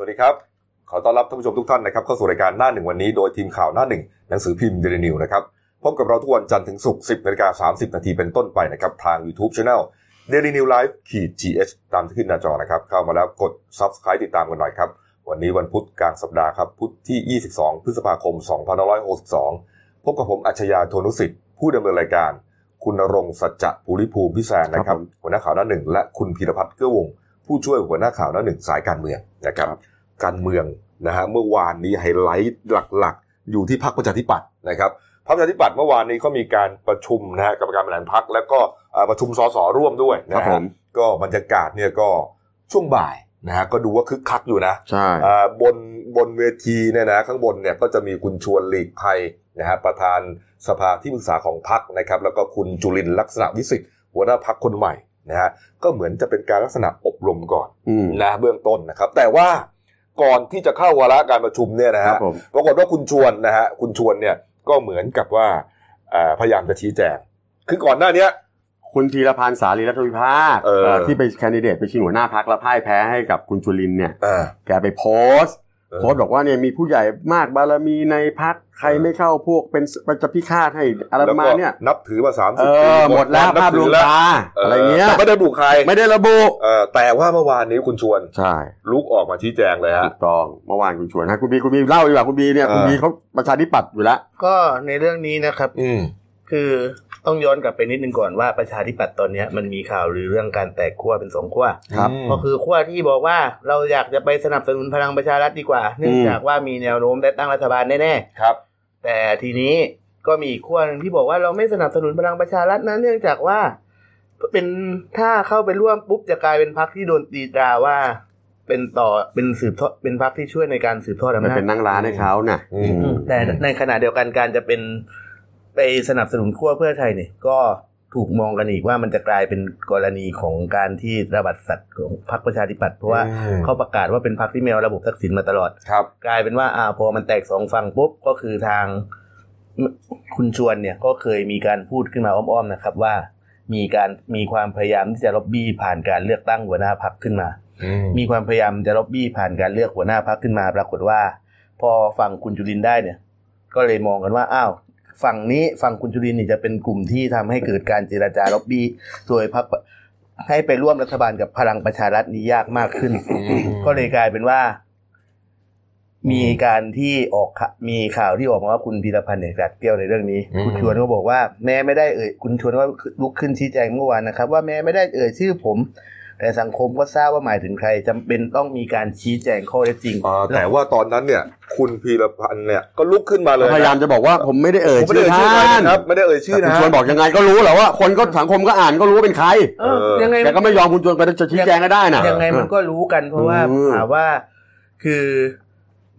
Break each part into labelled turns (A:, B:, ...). A: วัสดีครับ ขอต้อนรับท่านผู้ชมทุกท่านนะครับเข้าสู่รายการหน้าหนึ่งวันนี้โดยทีมข่าวหน้าหนึ่งหนังสือพิมพ์เดลินิวนะครับพบกับเราทุกวันจันทร์ถึงศุกร์10นาฬิกา30 นาทีเป็นต้นไปนะครับทาง YouTube Channel Daily New Life ขีด GH ตามที่ขึ้นหน้าจอนะครับ เข้ามาแล้วกด Subscribe ติดตามกันหน่อยครับ วันนี้วันพุธกลางสัปดาห์ครับ พุธที่ 22 พฤษภาคม 2562 พบกับผมอัจฉริยะโทนุสิทธิ์ ผู้ดำเนินรายการ คุณณรงค์สัจจะภูริภูมิพิแสนนะครับ หัวหน้าข่าวหน้าหนึ่งและคุณพีรพัฒน์เกื้อวงศ์ผู้ช่วยหัวหน้าข่าวหน้าหนึ่งสายการเมืองนะครับ การเมืองนะฮะเมื่อวานนี้ไฮไลท์หลักๆ อยู่ที่พรรคประชาธิปัตย์นะครับพรรคประชาธิปัตย์เมื่อวานนี้ก็มีการประชุมนะฮะกรรมการบริหารพรรคแล้วก็เอ่อประชุมสสร่วมด้วย
B: ครับ
A: นะ
B: ผ
A: ฮะ
B: ม
A: ก็บรรยากาศเนี่ยก็ช่วงบ่ายนะฮะก็ดูว่าคึกคักอยู่นะ
B: ใช่
A: อ่าบนบนเวทีเนี่ยนะข้างบนเนี่ยก็จะมีคุณชวนหลีกภัยนะฮะประธานสภาที่ปรึกษาของพรรคนะครับ แล้วก็คุณจุลินทร์ลักษณะวิสิทธิ์หัวหน้าพรรคคนใหม่นะฮะก็เหมือนจะเป็นการลักษณะอบรมก่อน
B: อืม
A: นะเบื้องต้นนะครับ แต่ว่าก่อนที่จะเข้าวาระการประชุมเนี่ยนะ
B: ครั
A: ฮะ
B: บผม
A: ปรากฏว่าคุณชวนนะฮะคุณชวนเนี่ยก็เหมือนกับว่าอ่าพยายามจะชี้แจงคือก่อนหน้าเนี้ย
B: คุณธีรพันธ์สารีรัตนวิภาค
A: เออ
B: เอ่อที่ไปแคนดิเดตไปชิงหัวหน้าพักและพ่ายแพ้ให้กับคุณจุลินทร์เนี่ย
A: อ่า
B: แกไปโพสต์ โพสต์บอกว่าเนี่ยมีผู้ใหญ่มากบารมีในพักใคร
A: เออ
B: ไม่เข้าพวกเป็นมันจะพิฆาตให้อะไรประมาณเนี่ย
A: แล้วก็นับถือมาสาม
B: เอ
A: สิบปี
B: อหมดแล้วภาพลวงตาอะไรเงี้ย
A: แต่ไม่ได้บุกใคร
B: ไม่ได้ระบุ
A: เออแต่ว่าเมื่อวานนี้คุณชวน
B: ใช่
A: ลุกออกมาชี้แจงเลยฮะ
B: ถูกต้องเมื่อวานคุณชวนฮะคุณบีคุณบีเล่าดีกว่าคุณบีเนี่ย
A: เออ
B: คุณบีเขาประชาธิปัตย์อยู่แล้ว
C: ก็ในเรื่องนี้นะครับ
A: อืม
C: คือต้องย้อนกลับไปนิดนึงก่อนว่าประชาธิปัตย์ตอนเนี้ยมันมีข่าวหรือเรื่องการแตกขั้วเป็นสองขั้ว
B: ครับ
C: ก็คือขั้วที่บอกว่าเราอยากจะไปสนับสนุนพลังประชารัฐดีกว่า เนื่องจากว่ามีแนวโน้มได้ตั้งรัฐบาลแน่
A: ครับ
C: ๆแต่ทีนี้ก็มีอีกขั้วหนึ่งที่บอกว่าเราไม่สนับสนุนพลังประชารัฐนะเนื่องจากว่า เป็นถ้าเข้าไปร่วมปุ๊บจะกลายเป็นพรรคที่โดนตีตราว่า เป็นต่อเป็นสืบทอดเป็นพรรคที่ช่วยในการสืบทอดอำ
B: มัน
C: นาจ
B: เป็นนั่งร้านให้เขาน่ะ
A: อืม
C: แต่ในขณะเดียวกันการจะเป็นไปสนับสนุนขั้วเพื่อไทยเนี่ยก็ถูกมองกันอีกว่ามันจะกลายเป็นกรณีของการที่ระบาดสัตว์ของพรรคประชาธิปัตย์เพราะว่า
A: อืม
C: เขาประกาศว่าเป็นพรรคที่มีระบบทักษิณมาตลอด
A: ครับ
C: กลายเป็นว่าอ่าพอมันแตกสองฝั่งปุ๊บก็คือทางคุณชวนเนี่ยก็เคยมีการพูดขึ้นมาอ้อมๆนะครับว่ามีการมีความพยายามที่จะล็อบบี้ผ่านการเลือกตั้งหัวหน้าพรรคขึ้นมา มีความพยายามจะล็อบบี้ผ่านการเลือกหัวหน้าพักขึ้นมา ปรากฏว่า พอฝั่งคุณจุลินได้เนี่ย ก็เลยมองกันว่าอ้าวฝั่งนี้ฝั่งคุณจุลินเนี่ยจะเป็นกลุ่มที่ทำให้เกิดการเจราจาล็อบบี้โดยพักให้ไปร่วมรัฐบาลกับพลังประชารัฐนี้ยากมากขึ้น ก็เลยกลายเป็นว่า มีการที่ออกข่ามีข่าวที่ออกมาว่าคุณพีรพันธ์เนี่ยกัดเกรี้ยวในเรื่องนี้
A: อืม
C: คุณชวนก็บอกว่าแม่ไม่ได้เอ่ยคุณชวนก็ลุกขึ้นชี้แจงเมื่อวานนะครับ ว่าแม่ไม่ได้เอ่ยชื่อผม แต่สังคมก็ทราบว่าหมายถึงใครจำเป็นต้องมีการชี้แจงข้อเท็จจริง
A: อ่าแต่ว่าตอนนั้นเนี่ย คุณพีรพันธ์เนี่ยก็ลุกขึ้นมาเลย
B: พยายามจะบอกว่าผมไม่ได้เอ่
A: ผ
B: ย
A: มไม่ได้
B: ชื่อ
A: เอ่ยชื่อ
B: ท่า
A: ท่าน นนะครับไม่ได้เอ่ยชื่อ
B: แต่
A: นะ
B: คุณชวนบอกยังไงก็รู้แหละว่า คนก็สังคมก็อ่านก็รู้ว่าเป็นใคร
C: เออยังไง
B: แต่ก็ไม่ยอมคุณชวนไปจะชี้แจงก็ได้นะ
C: ยังไงมันก็รู้กัน เพราะว่า
B: อืม
C: ถามว่าคือ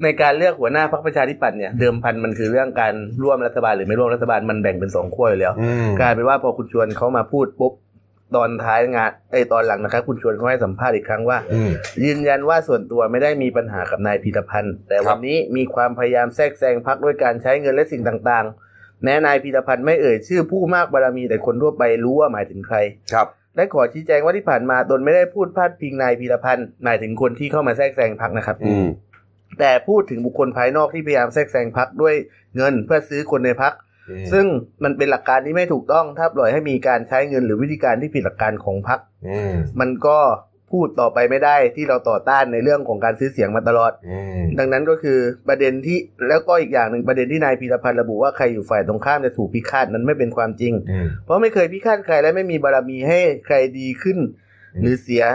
C: ในการเลือกหัวหน้าพรรคประชาธิปัตย์เนี่ย เดิมพันมันคือเรื่องการร่วมรัฐบาลหรือไม่ร่วมรัฐบาลมันแบ่งเป็นสองขั้วอยู่แล้ว
A: อืม
C: กลายเป็นว่าพอคุณชวนเขามาพูดปุ๊บตอนท้ายงานไอยตอนหลังนะครับ คุณชวนเขาให้สัมภาษณ์อีกครั้งว่า
A: อืม
C: ยืนยันว่าส่วนตัวไม่ได้มีปัญหากับนายพีรพันธ์แต่
A: ครั
C: วั
A: บ
C: นนี้มีความพยายามแทรกแซงพักด้วยการใช้เงินและสิ่งต่างๆ แม้นายพีรพันธ์ไม่เอ่ยชื่อผู้มากบารมีแต่คนทั่วไปรู้ว่าหมายถึงใคร
A: ครับ
C: และขอชี้แจงว่าที่ผ่านมาตนไม่ได้พูดพาดพิงนายพีรพันธ์หมายถึงคนที่เข้ามาแทรกแซงพักนะครับ
B: อืม
C: แต่พูดถึงบุคคลภายนอกที่พยายามแทรกแซงพักด้วยเงินเพื่อซื้อคนในพัก
A: อืม
C: ซึ่งมันเป็นหลักการที่ไม่ถูกต้อง ถ้าปล่อยให้มีการใช้เงินหรือวิธีการที่ผิดหลักการของพรรค
A: อืม
C: มันก็พูดต่อไปไม่ได้ที่เราต่อต้านในเรื่องของการซื้อเสียงมาตลอด
A: อืม
C: ดังนั้นก็คือประเด็นที่แล้วก็อีกอย่างหนึ่งประเด็นที่นายพีรพันธ์ระบุว่าใครอยู่ฝ่ายตรงข้ามจะถูกพิฆาตนั้นไม่เป็นความจริง
A: อืม
C: เพราะไม่เคยพิฆาตใครและไม่มีบารมีให้ใครดีขึ้น
A: อืม
C: หรือเสีย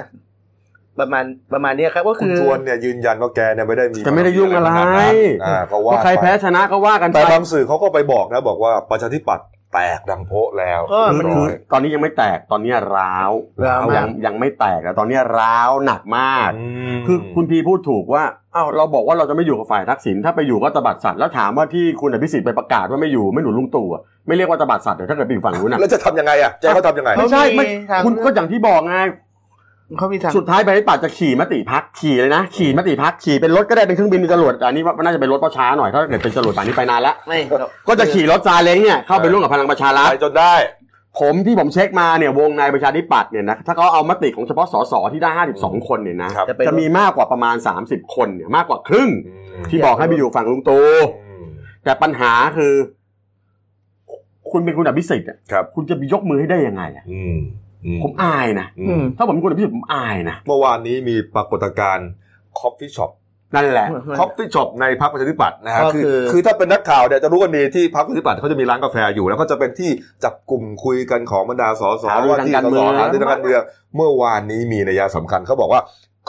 C: ประมาณประมาณเนี้ยครับก็
A: คุ
C: คื
A: ณ
C: อ
A: ชวนเนี่ยยืนยันว่าแกเนี่ยไม่ได้มี
B: จะไม่ได้ยุ่งอะไร
A: ขนาดนั้นอ่าก็ว่า
B: ว่าใครแพ้ชนะก็ว่ากันไป
A: แต่ทางสื่อเขาก็ไปบอกนะบอกว่าประชาธิปัตย์แตกดังโพะแล้ว
C: เออมันคือ
A: เรียบร้ย
B: ตอนนี้ยังไม่แตกตอนนี้ร้าว
C: ร้าวมาก
B: ยังยังไม่แตกแต่ตอนนี้ร้าวหนักมาก
A: ม
B: คือคุณพีพูดถูกว่าอ้าวเราบอกว่าเราจะไม่อยู่กับฝ่ายทักษิณถ้าไปอยู่ก็ตบัดสัตว์แล้วถามว่าที่คุณอภิสิทธิ์ไปประกาศว่าไม่อยู่ไม่หนุนลุงตู่อะไม่เรียกว่าตบัดสัตว์เดี๋ยวถ้าเกิดไปอยู่ฝั่งนู้นนะ
A: แล้วจะทำยังไงอ่ะจะให้เขาทำยังไง
B: ไม่ใช่ไม่
C: ทาง
B: คุณก็อย่างที่บอกไง
C: เขามีทาง
B: สุดท้ายไปที่ปัดจะขี่มติพักขี่เลยนะ ขี่มติพักขี่เป็นรถก็ได้เป็นเครื่องบินเป็นจรวดแต่อันนี้ว่าน่าจะเป็นรถเพราะช้าหน่อยถ้าเกิดเป็นจรวดป่านนี้ไปนานแล้ว
C: ไม่หรอ
B: ก็จะขี่รถซาเล้งเนี่ยเข้าไปร่วมกับพลังประชารัฐ
A: ไปจนได้
B: ผมที่ผมเช็คมาเนี่ยวงในประชาธิปัตย์เนี่ยนะถ้าเขาเอามติของเฉพาะสสที่ได้ 52 คนเนี่ยนะครับ
C: จะเป็น
B: จะมีมากกว่าประมาณ 30 คนเนี่ยมากกว่าครึ่ง ที่บอกให้ไปอยู่ฝั่งลุงตู่
A: อืม
B: แต่ปัญหาคือ คุณเป็นคุณอภิสิทธิ์อะ
A: ครับ
B: คุณจะไปยกมือให้ได้ยังไงอะ
A: อืมอื
B: ผมอายนะ
A: อืม
B: ถ้าผมเป็นคุณอภิสิทธิ์ผมอายนะ
A: เมื่อวานนี้มีปรากฏการณ์คอฟฟี่ช็อป
B: นั่นแหละ
A: คอฟฟี่ช็อปในพรรคประชาธิปัตย์นะฮะ
C: ก็
A: คื
C: คือ
A: อคือถ้าเป็นนักข่าวเนี่ยจะรู้กันดีที่พรรคประชาธิปัตย์เขาจะมีร้านกาแฟอยู่ แล้วก็จะเป็นที่จับกลุ่มคุยกันของบรรดาสส
B: หารือ
A: ว่า
B: ทาง
A: ที่
B: การ
A: ส
B: เมื
A: ส
B: อง
A: หารือทางการเมืองเมื่อวานนี้มีนัยสำคัญเขาบอกว่า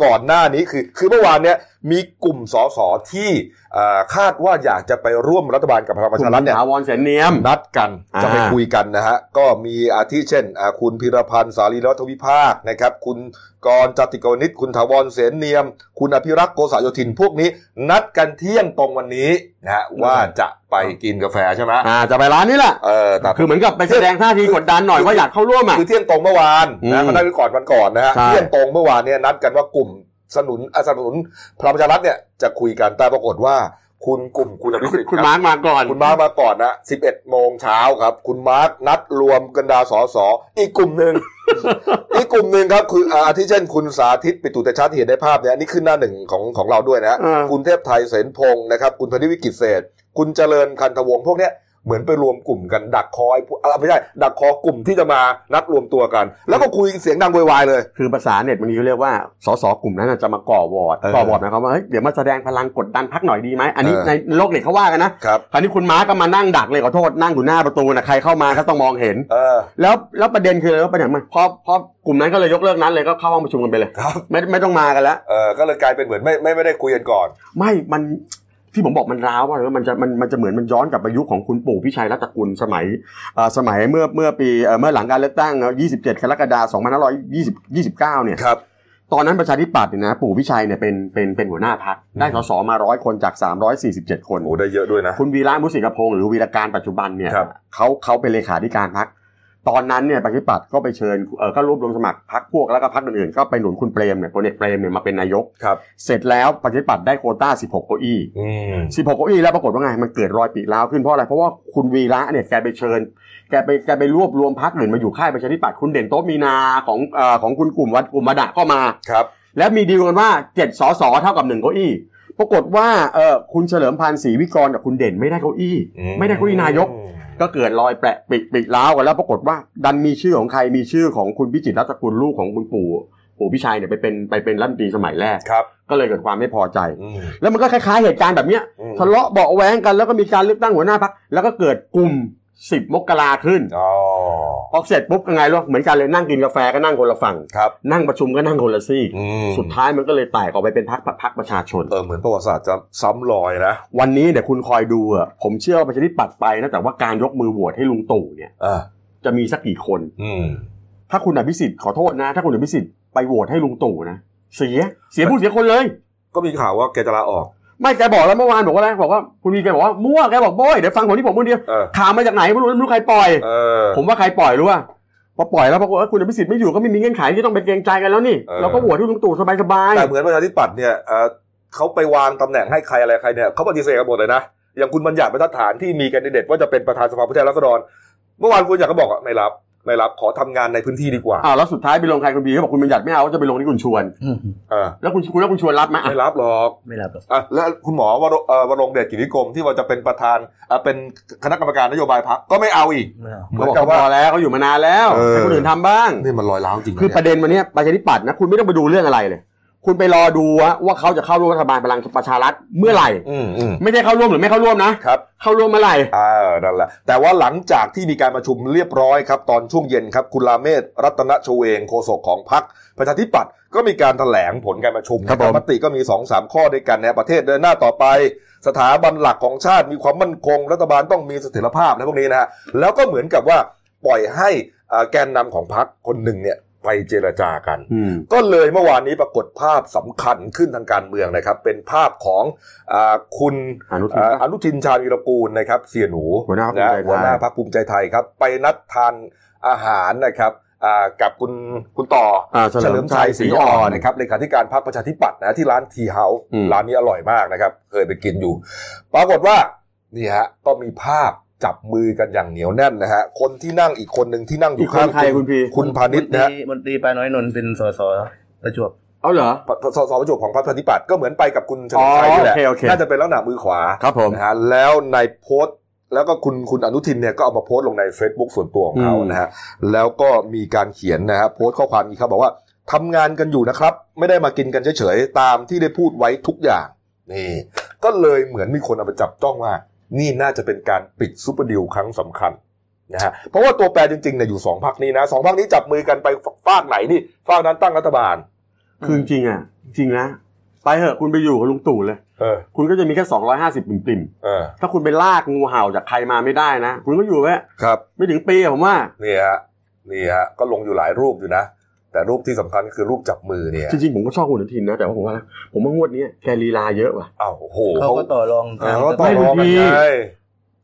A: ก่อนหน้านี้คือ คือเมื่อวานเนี่ยมีกลุ่มสสที่เอ่อคาดว่าอยากจะไปร่วมรัฐบาลกับพลังประชารัฐเนี่ย
B: ถาวรเสนเนียม
A: นัดกัน
B: อ่า
A: จะไปคุยกันนะฮะ ก็มีอาทิเช่นอ่าคุณพิรพันธ์สารีรัฐวิภาคนะครับ คุณกรณ์จติกวนิชคุณถาวรเสนเนียม คุณอภิรักษ์โกษาโยธินพวกนี้ นัดกันเที่ยงตรงวันนี้นะฮะว่าจะไปกินกาแฟใช่ไหม
B: อ่าจะไปร้านนี้แหละ
A: เออแต่
B: คือเหมือนกับไปแสดงท่าทีกดดันหน่อยว่าอยากเข้าร่วมอ่ะ
A: คือเที่ยงตรงเมื่อวาน
B: อื
A: นะ
B: ม
A: เขาได้ไปก่อนวันก่อนนะฮะ
B: ใช่
A: เที่ยงตรงเมื่อวานเนี่ยนัดกันว่ากลุ่มสนุนอ่ะสนับสนุนพลังประชารัฐเนี่ยจะคุยกันแต่ปรากฏว่า คุณกลุ่มคุณอภิสิทธิ์
B: คุณ
A: รับ
B: มาร์กมาก่อน
A: คุณมาร์กมาก่อนนะ 11 โมงเช้าครับ คุณมาร์กนัดรวมกันดาสอสออีกกลุ่มห นึ่ง อีกกลุ่มหนึ่งครับ คืออาอาทิเช่น คุณสาธิตปิตุเตชะที่เห็นในภาพเนี่ยอันนี่ขึ้นหน้าหนึ่งของของเราด้วยนะฮะ
B: อ่า
A: คุณเทพไทยเสนพงศ์นะครับ คุณพนิวิกิตเศษ คุณเจริญคันธวงศ์พวกเนี้ยเหมือนไปรวมกลุ่มกันดักคอไอ้พวกเอ่อไม่ใช่ดักคอกลุ่มที่จะมานัดรวมตัวกัน แล้วก็คุยเสียงดังโวยวายเลย
B: คือภาษาเน็ตมันนี้เขาเรียกว่าสสกลุ่มนั้นน่ะจะมาก่อวอร์ด
A: เออ
B: ก่อวอร์ดหมายความว่าเฮ้ยเดี๋ยวมาแสดงพลังกดดันพักหน่อยดีไหมอันนี้
A: เออ
B: ในโลกเน็ตเขาว่ากันนะครับ คราวนี้คุณม้าก็มานั่งดักเลยขอโทษนั่งอยู่หน้าประตูนะใครเข้ามาก็ต้องมองเห็น
A: เออ
B: แล้วแล้วประเด็นคืออะไรว่าประเด็นมันพอพอกลุ่มนั้นก็เลยยกเลิกนั้นเลยก็เข้าห้องประชุมกันไปเลย
A: ครับ
B: ไม่ไม่ต้องมากันแล้ว
A: เออก็เลยกลายเป็นเหมือนไม่ไม่ไม่ได้คุยกันก่อน
B: ไม่มันที่ผมบอกมันร้าวว่ามันจะมันมันจะเหมือนมันย้อนกลับไปยุคของคุณปู่พิชัยรัตนกุลสมัยเอ่อสมัยเมื่อเมื่อปีเอ่อเมื่อหลังการเลือกตั้งเอ่อ27กรกฎาคม2529เนี่ย
A: ครับ
B: ตอนนั้นประชาธิปัตย์เนี่ยนะปู่วิชัยเนี่ยเป็นเป็นเป็นหัวหน้าพักได้
A: อืม
B: สสมาร้อยคนจาก 347 คน
A: โอ้ได้เยอะด้วยนะ
B: คุณวีระมุสิกพงศ์หรือวีรการปัจจุบันเนี่ย
A: ครับ
B: เขาเขาเป็นเลขาธิการพัก ตอนนั้นเนี่ยประชาธิปัตย์ก็ไปเชิญเออก็รวบรวมสมัครพักพวกแล้วก็พักอื่นๆก็ไปหนุนคุณเปรมเนี่ยพลเอกเปรมเนี่ยมาเป็นนายก
A: ครับ
B: เสร็จแล้วประชาธิปัตย์ได้โควต้า 16 เก้าอี้
A: อืม
B: 16 เก้าอี้แล้วปรากฏว่าไงมันเกิดรอยปีกร้าวขึ้นเพราะอะไรเพราะว่าคุณวีระเนี่ยแกไปเชิญ แกไปแกไปรวบรวมพักอื่นมาอยู่ค่ายประชาธิปัตย์คุณเด่นโต๊ะมีนาของเอ่อของคุณกลุ่มวัดกลุ่มมาดะก็มา
A: ครับ
B: แล้วมีดีลกันว่าเจ็ดสสเท่ากับหนึ่งเก้าอี้ ปรากฏว่าเออคุณเฉลิมพันธ์ศรีวิกรกับคุณเด่นไม่ได้เก้าอี้ ไม่ได้เก้าอี้นายก ก็เกิดรอยแปะปิดปิดล้าวกันแล้วปรากฏว่าดันมีชื่อของใครมีชื่อของคุณพิจิตรรัตนกุลลูกของคุณปู่ปู่พิชัยเนี่ยไปเป็นไปเป็นรัฐมนตรีสมัยแรก
A: ครับ
B: ก็เลยเกิดความไม่พอใจ
A: อืม
B: แล้วมันก็คล้ายๆเหตุการณ์แบบเนี้ย
A: อืม
B: ทะเลาะเบาะแว้งกันแล้วก็มีการเลือกตั้งหัวหน้าพักแล้วก็เกิดกลุ่มสิบมกราขึ้น
A: อ๋อ
B: พอเสร็จปุ๊บยังไงรู้เหมือนกันเลยนั่งกินกาแฟก็นั่งคนละฝั่ง
A: ครับ
B: นั่งประชุมก็นั่งคนละซี่
A: อืม
B: สุดท้ายมันก็เลยแตกออกไปเป็นพักพักประชาชน
A: เออเหมือนประวัติศาสตร์จะซ้ำรอยนะ
B: วันนี้เดี๋ยวคุณคอยดูอะผมเชื่อว่าประชาธิปัตย์ไปนะแต่ว่าการยกมือโหวตให้ลุงตู่เนี่ย
A: อ่า
B: จะมีสักกี่คน
A: อืม
B: ถ้าคุณอภิสิทธิ์ขอโทษนะ ถ้าคุณอภิสิทธิ์ไปโหวตให้ลุงตู่นะเสียเสียผู้เสียคนเลย
A: ก็มีข่าวว่าแกจะลาออก
B: ไม่แกบอกแล้วเมื่อวานบอกว่าอะไรบอกว่าคุณวีแกบอกว่ามั่วแกบอกโบ้ยเดี๋ยวฟังผมที่ผมคนเดียว
A: เออ
B: ข่าวมาจากไหนไม่รู้ไม่รู้ใครปล่อย
A: เออ
B: ผมว่าใครปล่อยรู้ป่ะพอปล่อยแล้วปรากฏว่าคุณอภิสิทธิ์ไม่อยู่ก็ไม่มีเงื่อนไขที่ต้องไปเกรงใจกันแล้วนี่
A: เออ
B: เราก็โหวตให้ลุงตู่สบาย
A: แต่เหมือนประชาธิปัตย์เนี่ยเออเขาไปวางตำแหน่งให้ใครอะไรใครเนี่ยเขาปฏิเสธกันหมดเลยนะ อย่างคุณบัญญัติบรรทัดฐานที่มีแคนดิเดตว่าจะเป็นประธานสภาผู้แทนราษฎร เมื่อวานคุณอยากก็บอกอะไม่รับ ไม่รับขอทำงานในพื้นที่ดีกว่า
B: ๆอ้าวแล้วสุดท้ายไปลงใครคุณบีก็บอกคุณบัญญัติไม่เอาจะไปลงที่คุณชวน
A: เออ
B: แล้วคุณคุณแล้วคุณชวนรับไหมอ่ะ
A: ไม่รับหรอก
C: ไม่รับหรอก
A: อ่ะและคุณหมอวรเอ่อวรงเดชกิจวิกรมที่ว่าจะเป็นประธานอ่ะเป็นคณะกรรมการนโยบายพรรคก็ไม่เอาอีก
C: ไม่เอา
A: เหมือน
B: เขาบอก
A: กับ
B: เขา
A: ว่า
B: พอแล้วเขาอยู่มานานแล้ว
A: เออ
B: ให้คนอื่นทำบ้าง
A: นี่มันลอยล้าวจริงนะ
B: คือ
A: เนี่ย
B: ประเด็นวันเนี้ยประชาธิปัตย์นะคุณไม่ต้องไปดูเรื่องอะไรเลย คุณไปรอดูว่าว่าเขาจะเข้าร่วมรัฐบาลพลังประชารัฐเมื่อไหร่
A: อืมอืม
B: ไม่ใช่เข้าร่วมหรือไม่เข้าร่วมนะ
A: ครับ
B: เข้าร่วมเมื่อไหร่
A: อ่านั่นแหละ แต่ว่าหลังจากที่มีการประชุมเรียบร้อยครับ ตอนช่วงเย็นครับ คุณลาเมศรัตนชเวงโฆษกของพรรคประชาธิปัตย์ก็มีการแถลงผลการประชุม
B: ครับผม
A: มติก็มี2อสามข้อด้วยกันนะประเทศเดินหน้าต่อไป สถาบันหลักของชาติมีความมั่นคง รัฐบาลต้องมีเสถียรภาพและพวกนี้นะฮะแล้วก็เหมือนกับว่าปล่อยให้อ่าแกนนำของพรรคคนหนึ่งเนี่ยไปเจรจากัน
B: อืม
A: ก็เลยเมื่อวานนี้ปรากฏภาพสำคัญขึ้นทางการเมืองนะครับ เป็นภาพของอาคุณ
B: อนุทิน
A: อ่าอนุทินชาญวิรกูลนะครับเสียหนู
B: หัวหน้าพรรคภูมิใจไทย
A: หัวหน้าพรรคภูมิใจไทยครับ ไปนัดทานอาหารนะครับอ่ากับคุณคุณต่อ
B: อ่าเฉลิมชัยศรีอ่อน
A: นะครับเลขาธิการพรรคประชาธิปัตย์นะที่ร้านทีเฮาส์
B: อืม
A: ร้านนี้อร่อยมากนะครับ เคยไปกินอยู่ ปรากฏว่านี่ฮะก็มีภาพ จับมือกันอย่างเหนียวแน่นนะฮะคนที่นั่งอีกคนหนึ่งที่นั่งอ
B: อี
A: ยู่
B: กคนใครคุณพี
A: คุณพาณิชย์นะฮะ
C: มนตรีปาน้อยนนท์เป็นสสประจวบ
B: เอาเหรอ
A: ปสสประจวบของพรรคประชาธิปัตย์ก็เหมือนไปกับคุณเฉลิมชัย
B: อ๋อ
A: นี่แหละ
B: โอเคโอเค
A: น่าจะเป็นลักษณะมือขวา
B: ครับผม
A: นะฮะแล้วในโพสต์ แล้วก็คุณคุณอนุทินเนี่ยก็เอามาโพสต์ลงใน Facebook ส่วนตัวของเขา
B: อืม
A: นะฮะแล้วก็มีการเขียนนะฮะโพสต์ข้อความนี้ครับบอกว่าทำงานกันอยู่นะครับ ไม่ได้มากินกันเฉยๆ ตามที่ได้พูดไว้ทุกอย่างนี่ก็เลยเหมือนมีคนเอาไปจับจ้องว่า นี่น่าจะเป็นการปิดซูเปอร์ดิวครั้งสำคัญนะฮะเพราะว่าตัวแปรจริงๆเนี่ยอยู่สองพักนี้นะสองพักนี้จับมือกันไปฝากไหนนี่ฝากนั้นตั้งรัฐบาล
B: คือจริงๆอ่ะจริงนะไปเถอะคุณไปอยู่กับลุงตู่เลย
A: เออ
B: คุณก็จะมีแค่250ปริ่ม
A: เออ
B: ๆถ้าคุณไปลากงูเห่าจากใครมาไม่ได้นะ คุณก็อยู่แค่
A: ครับ
B: ไม่ถึงปีอะผมว่า
A: นี่ฮะนี่ฮะก็ลงอยู่หลายรูปอยู่นะ แต่รูปที่สำคัญคือรูปจับมือเนี่ย
B: จริงๆ ผมก็ชอบคุณอนุทินนะ แต่ว่าผมว่านะผมว่างวดเนี้ยแกลีลาเยอะว่ะ
A: อ้าวโอ้โห
C: เขาก็ต่อรอง
A: เออเขาต่อ
B: ไม่
A: รองกั
B: บา
A: น
B: งที
A: ไง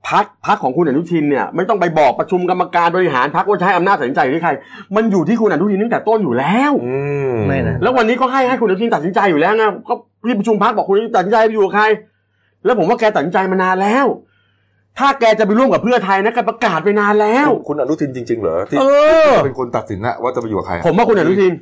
B: พักพักของคุณอนุทินเนี่ยไม่ต้องไปบอกประชุมกรรมการบริหารพักว่าจะให้อำนาจตัดสินใจที่ใคร มันอยู่ที่คุณอนุทินตั้งแต่ต้นอยู่แล้ว
A: อืม
C: ไม่นะ
B: แล้ววันนี้ก็ให้ให้คุณอนุทินตัดสินใจอยู่แล้วไงก็ที่ประชุมพักบอกคุณอนุทินตัดสินใจไปอยู่กับใคร แล้วผมว่าแกตัดสินใจมานานแล้ว ถ้าแกจะไปร่วมกับเพื่อไทยนะแกประกาศไปนานแล้ว
A: คุณคุณอนุทินจริง ๆ เหรอที่
B: เออ
A: ที่เป็นคนตัดสินนะว่าจะไปอยู่กับใคร
B: ผมว่าคุณอนุทิน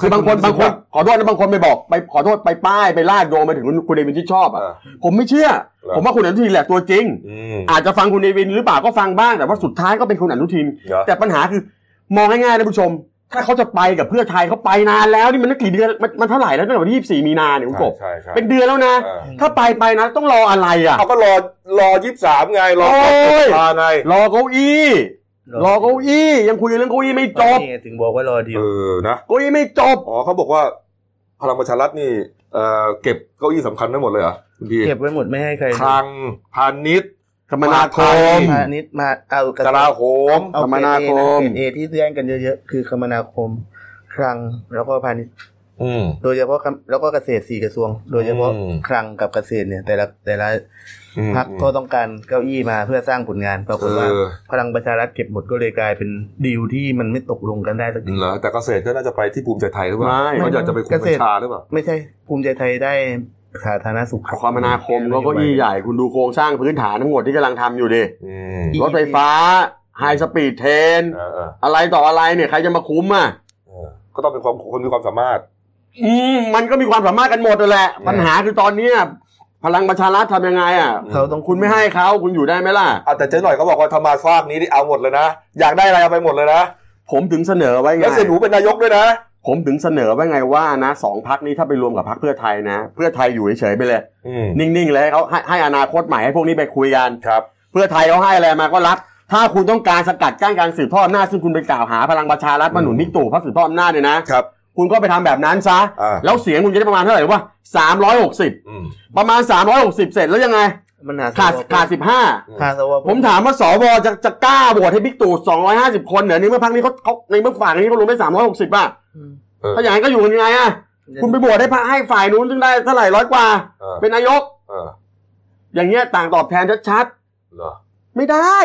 B: คือบางคนบางคนขอโทษนะบางคนไปบอกไปขอโทษไปป้ายไปลาดโยงไปถึงคุณคุณเดวินที่ชอบอ่ะ
A: เออ
B: ผมไม่เชื่อ
A: หรอ
B: ผมว่าคุณอนุทินแหละตัวจริง
A: อืม
B: อาจจะฟังคุณเดวินหรือเปล่าก็ฟังบ้างแต่ว่าสุดท้ายก็เป็นคุณอนุทิน
A: เหรอ
B: แต่ปัญหาคือมองง่ายๆนะผู้ชม ถ้าเขาจะไปกับเพื่อไทยเขาไปนานแล้วนี่มันตั้งกี่เดือนมันมันเท่าไหร่แล้วตั้งแต่วันที่24มีนาเนี่ยคุณกบ
A: ใช่ใช่
B: เป็นเดือนแล้วนะ
A: เออ
B: ถ้าไปไปนะ ต้องรออะไรอ่ะ
A: เอาก็รอรอยี่สามไงรอ
B: โอ้ย
A: รอไง
B: รอเก้าอี้รอเก้าอี้ยังคุยเรื่องเก้าอี้ไม่จบ
C: นี่ไงถึงบอกว่ารอดีล
A: เออนะ
B: เก้าอี้ไม่จบ
A: อ๋อเขาบอกว่าพลังประชารัฐนี่เอ่อเก็บเก้าอี้สำคัญไม่หมดเลยเหรอคุณพี่
C: เก็บไว้หมดไม่ให้ใคร
A: คลังพาณิชย์
B: คมนาคม
C: พาณิชย์มาเอากระ
A: ก
C: ทรวง
A: ลาโหม
C: เอ
B: คมนาคม
C: เกรดเอนะเกรดเอที่แย่งกันเยอะๆ คือคมนาคม คลังแล้วก็พาณิชย์
A: อืม
C: โดยเฉพาะคำแล้วก็เกษตรสี่กระทรวง โดยเฉพาะ
A: อืม
C: คลังกับเกษตรเนี่ย แต่ละแต่ละพักก็ต้องการเก้าอี้มาเพื่อสร้างผลงานปรากฏว่า
A: เออ
C: พลังประชารัฐเก็บหมดก็เลยกลายเป็นดีลที่มันไม่ตกลงกันได้สักที
A: เหรอแต่เกษตรก็น่าจะไปที่ภูมิใจไทยหรือเปล่า
B: ไม่
A: เขาอยากจะไปคุม
C: เกษ
A: กัญ
C: ตร
A: ชาหรือเปล่า
C: ไม่ใช่ภูมิใจไทยได้สาธารณสุขรับ
B: คมนาคมแล้วเก้าอี้ใหญ่คุณดูโครงสร้างพื้นฐานทั้งหมดที่กำลังทำอยู่ดิ
A: อืม
B: รถไฟฟ้าไฮสปีดเทรน
A: เออเออ
B: อะไรต่ออะไรเนี่ยใครจะมาคุ้มอ่ะ
A: เออก็ต้องเป็นความคนมีความสามารถ
B: อืมมันก็มีความสามารถกันหมดนั่นแหละ
A: อืม
B: ปัญหาคือตอนเนี้ยพลังประชารัฐทำยังไงอ่ะ
C: เขาต้อง
B: คุณไม่ให้เขาคุณอยู่ได้ไหมล่ะ
A: อ่ะแต่เจ๊หน่อยเขาบอกว่าธรรมาฟากนี้นี่เอาหมดเลยนะ อยากได้อะไรเอาไปหมดเลยนะ
B: ผมถึงเสนอไว้ไง
A: แล้วเสียหนูเป็นนายกด้วยนะ
B: ผมถึงเสนอไว้ไงว่านะสองพักนี้ถ้าไปรวมกับพักเพื่อไทยนะ เพื่อไทยอยู่เฉยๆไปเลย
A: อืม
B: นิ่งๆเลยให้เขาให้ให้อนาคตใหม่ให้พวกนี้ไปคุยกัน
A: ครับ
B: เพื่อไทยเขาให้อะไรมาก็รับ ถ้าคุณต้องการสกัดกั้นการสืบทอดอำนาจซึ่งคุณไปกล่าวหาพลังประชารัฐมาหนุนบิ๊กตู่เพราะสืบทอดอำนาจเนี่ยนะ
A: ครับ
B: คุณก็ไปทำแบบนั้นซะ
A: อ่า
B: แล้วเสียงคุณจะได้ประมาณเท่าไหร่วะสามร้อยหกสิบ
A: อืม
B: ประมาณสามร้อยหกสิบเสร็จแล้วยังไง
C: มันหา
B: ขาดขาดสิบห้า
C: ขาดสว
B: ผมถามว่าสวจะจะกล้าโหวตให้บิ๊กตู่สองร้อยห้าสิบคนเหนือในเมื่อพักนี้เขาเขาในเมื่อฝ่ายนี้เขาลงได้สามร้อยหกสิบอ่ะ
C: อืม
A: เออ
B: ถ้าอย่างนั้นก็อยู่กันยังไงอ่ะคุณไปโหวตให้พรรคให้ฝ่ายนู้นซึ่งได้เท่าไหร่ร้อยกว่า
A: เออ
B: เป็นนายก
A: เออ
B: อย่างเงี้ยต่างตอบแทนชัด
A: เหรอ
B: ๆไม่ได้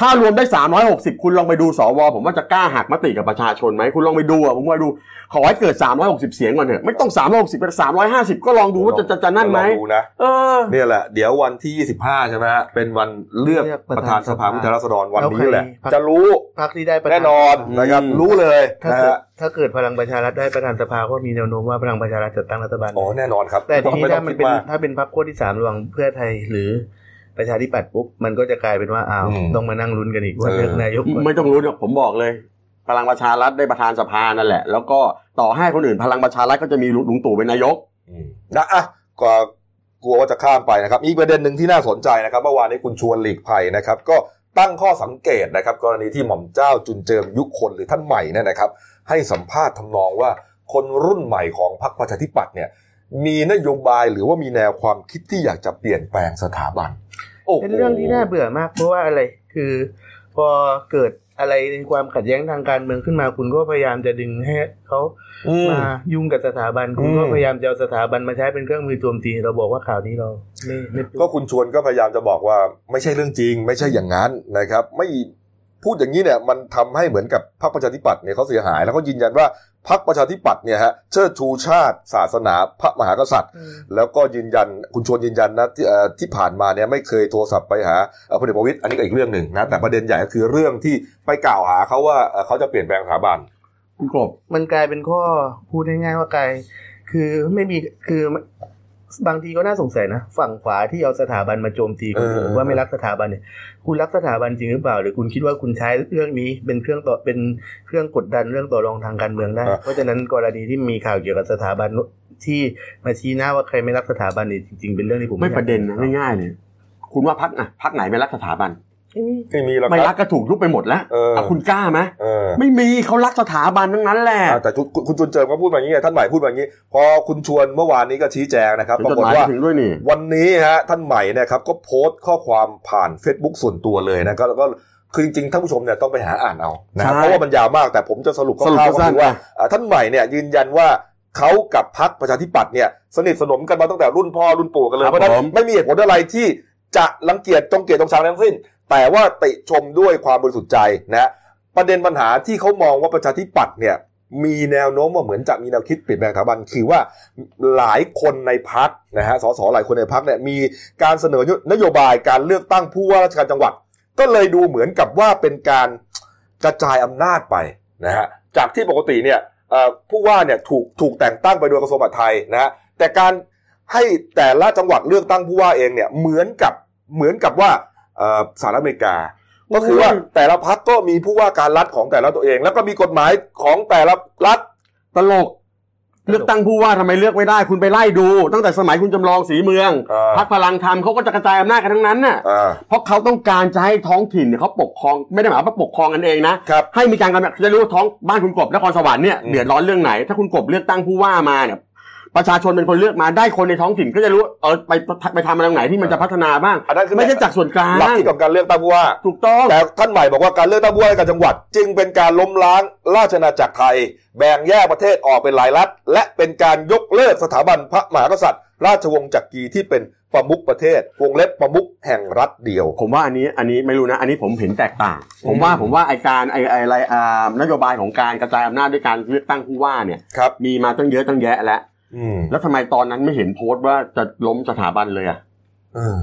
B: ถ้ารวมได้ 360 คุณลองไปดูสวผมว่าจะกล้าหักมติกับประชาชนไหมคุณลองไปดูอ่ะผมว่าดูขอให้เกิด 360 เสียงก่อนเถอะไม่ต้อง 360เป็น350 ก็ลองดูว่าจะจะจะนั่นไหม
A: ลองดูนะ
B: เออ
A: เนี่ยแหละเดี๋ยววันที่ 25 ใช่ไหมฮะเป็นวันเลือก
C: เลือก
A: ป
C: ประ ระ
A: ธา
C: ธาน น
A: สภาผู้แทนราษฎรวัน
C: แล้ว
A: นี้
C: ใคร
A: แหละ
C: พรรค
A: จะรู้
C: พักที่ได้ประธา
A: แน่นอนนะครับ
B: อืม
A: รู้เลย
C: ถ้า
A: นะ
C: เกิด
A: ฮะ
C: ถ้าเกิดพลังประชารัฐได้ประธานสภาก็มีแนวโน้มว่าพลังประชารัฐจะตั้งรัฐบาล
A: อ๋อแน่นอนครับ
C: แต่ทีนี้
A: ไม่ต้อ
C: ถ้าง มัน
A: คิด
C: เป็น
A: มาก
C: ถ้าเป็นพรรคขั้วที่สามระหว่างเพื่อไทยหรือประชาธิปัตย์ปุ๊บมันก็จะกลายเป็นว่าอ้าว
A: อืม
C: ต้องมานั่งลุ้นกันอีกว่า
A: เออ
C: เลือกนายก
B: ไม่ต้องรู้เนี่ยผมบอกเลย พลังประชารัฐได้ประธานสภานั่นแหละ แล้วก็ต่อให้คนอื่นพลังประชารัฐก็จะมีลุงตู่เป็นนายก
A: อืมนะอ่ะก็กลัวว่าจะข้ามไปนะครับอีกประเด็นหนึ่งที่น่าสนใจนะครับเมื่อวานนี้คุณชวนหลีกภัยนะครับ ก็ตั้งข้อสังเกตนะครับ กรณีที่หม่อมเจ้าจุนเจิมยุคคนหรือท่านใหม่เนี่ยนะครับ ให้สัมภาษณ์ทำนองว่าคนรุ่นใหม่ของพรรคประชาธิปัตย์เนี่ย มีนโยบายหรือว่ามีแนวความคิดที่อยากจะเปลี่ยนแปลงสถาบันโโห
C: เป็นเรื่องที่น่าเบื่อมากเพราะว่าอะไรคือ พอเกิดอะไรความขัดแย้งทางการเมืองขึ้นมาคุณก็พยายามจะดึงให้เขา
A: อืม
C: มายุ่งกับสถาบันคุณก็
A: อืม
C: พยายามจะเอาสถาบันมาใช้เป็นเครื่องมือโจมตี เราบอกว่าข่าวนี้เราไม่ไม่
A: ก็คุณชวนก็พยายามจะบอกว่าไม่ใช่เรื่องจริง ไม่ใช่อย่างนั้นนะครับ ไม่พูดอย่างนี้เนี่ยมันทำให้เหมือนกับพรรคประชาธิปัตย์เนี่ยเขาเสียหาย แล้วก็ยืนยันว่า พักประชาธิปัตย์เนี่ยฮะเชิดชูชาติ ศาสนาพระมหากษัตริย์ แล้วก็ยืนยันคุณชวนยืนยันนะที่เอ่อที่ผ่านมาเนี่ยไม่เคยโทรศัพท์ไปหาเอ่อพลเอกประวิตยอันนี้ก็อีกเรื่องหนึ่งนะแต่ประเด็นใหญ่ก็คือเรื่องที่ไปกล่าวหาเขาว่าเอ่อเขาจะเปลี่ยนแปลงสถาบัน
B: คุณกบ
C: มันกลายเป็นข้อพูดง่ายๆว่ากลายคือไม่มีคือบางทีก็น่าสงสัยนะ ฝั่งขวาที่เอาสถาบันมาโจมตีคุณ
A: เออ
C: ว่าไม่รักสถาบันเนี่ย คุณรักสถาบันจริงหรือเปล่า หรือคุณคิดว่าคุณใช้เรื่องนี้เป็นเครื่องต่อเป็นเครื่องกดดันเรื่องต่อรองทางการเมืองได้ เพราะฉะนั้นกรณีที่มีข่าวเกี่ยวกับสถาบันที่มาชี้หน้าว่าใครไม่รักสถาบันเนี่ยจริงๆเป็นเรื่องที่ผม
B: ไม่
C: อยาก
B: ประเด็นนะง่ายๆเลยคุณว่าพักอ่ะพักไหนไม่รักสถาบัน
C: ไม่มี
A: ไม่มีหรอก
B: ไม่
A: ค
B: รั
A: รั
B: ก
A: บ
B: ก็ถูกยุบไปหมดแล้ว
A: เออ
B: ะคุณกล้าไหม
A: เออ
B: ไม่มีเขารักสถาบันทั้งนั้นแหละ
A: อ่าแต่คุณคุณคุณชวนเจิมก็พูดมาอย่างนี้ไงท่านใหม่พูดมาอย่างนี้ พอคุณชวนเมื่อวานนี้ก็ชี้แจงนะครับ
B: ถึ
A: ปรา
B: งจด
A: กฏ
B: หมาย
A: ว่า
B: ถึงด้วยนี่
A: วันนี้ฮะท่านใหม่เนะครับก็โพสต์ข้อความผ่าน Facebook ส่วนตัวเลยนะก็แล้วก็คือจริงๆท่านผู้ชมเนี่ยต้องไปหาอ่านเอานะ
B: ใช่
A: เพราะว่ามันยาวมากแต่ผมจะสรุปค
B: สรุป
A: ร่าวๆก็
B: สั้น
A: คือ
B: ๆ
A: ว่า
B: นะ
A: อ่าท่านใหม่เนี่ยยืนยันว่าเขากับพักประชาธิปัตย์เนี่ยสนิทสนมกันมาตั้งแต่รุ่นพ่อรุ่นปู่กันเลย
B: ครับ
A: เพราะฉะนั้
B: ผม
A: นไม่มีเหตุผลอะไรที่จะรังเกียจจงเกลียจจงชังทั้งสิ้น แต่ว่าติชมด้วยความบริสุทธิ์ใจนะประเด็นปัญหาที่เขามองว่าประชาธิปัตย์เนี่ยมีแนวโน้มว่าเหมือนจะมีแนวคิดเปลี่ยนแปลงสถาบันคือว่า หลายคนในพักนะฮะสสหลายคนในพักเนี่ยมีการเสนอนโยบายการเลือกตั้งผู้ว่าราชการจังหวัด ก็เลยดูเหมือนกับว่าเป็นการกระจายอำนาจไปนะฮะจากที่ปกติเนี่ยเอ่อผู้ว่าเนี่ยถูกถูกแต่งตั้งไปโดยกระทรวงมหาดไทยนะฮะแต่การให้แต่ละจังหวัดเลือกตั้งผู้ว่าเองเนี่ยเหมือนกับเหมือนกับว่าเอ่อสหรัฐอเมริกา ก็คือว่าแต่ละพักก็มีผู้ว่าการรัฐของแต่ละตัวเอง แล้วก็มีกฎหมายของแต่ละรัฐ
B: ตลก เลือกตั้งผู้ว่าทำไมเลือกไม่ได้ คุณไปไล่ดู ตั้งแต่สมัยคุณจำลองสีเมือง
A: เออ
B: พรรคพลังธรรมเขาก็จะกระจายอำนาจกันทั้งนั้นน่ะ
A: อ่า
B: เพราะเขาต้องการจะให้ท้องถิ่นเนี่ยเขาปกครองไม่ได้หมายว่าปกครองกันเองนะครับ ให้มีการกำหนดจะรู้ว่าท้องบ้านคุณกบนครสวรรค์เนี่ย
A: อืม
B: เดือดร้อนเรื่องไหน ถ้าคุณกบเลือกตั้งผู้ว่ามาเนี่ยประชาชนเป็นคนเลือกมาได้คนในท้องถิ่นก็จะรู้เออไปไปทำอะไรตรงไหนที่มันจะพัฒนาบ้าง
A: อันนั้นคือ
B: ไม่ใช่จากส่วนกลาง
A: หลักที่กับการเลือกตั้งผู้ว่า
B: ถูกต้อง
A: แต่ท่านใหม่บอกว่าการเลือกตั้งผู้ว่าราชการจังหวัด จึงเป็นการล้มล้างราชอาณาจักรไทย แบ่งแยกประเทศออกเป็นหลายรัฐ และเป็นการยกเลิกสถาบันพระมหากษัตริย์ ราชวงศ์จักรีที่เป็นประมุขประเทศ วงเล็บประมุขแห่งรัฐเดียว
B: ผมว่าอันนี้อันนี้ไม่รู้นะ อันนี้ผมเห็นแตกต่าง ผมว่าผมว่าไอการไอไออะไรอ่านโยบายของการกระจายอำนาจด้วยการเลือกตั้งผู้ว่าเนี่ย
A: ครับ
B: มีมาตั้งเยอะตั้งแยะแล้ว
A: อืม
B: แล้วทำไมตอนนั้นไม่เห็นโพสต์ว่าจะล้มสถาบันเลยอะ
A: เออ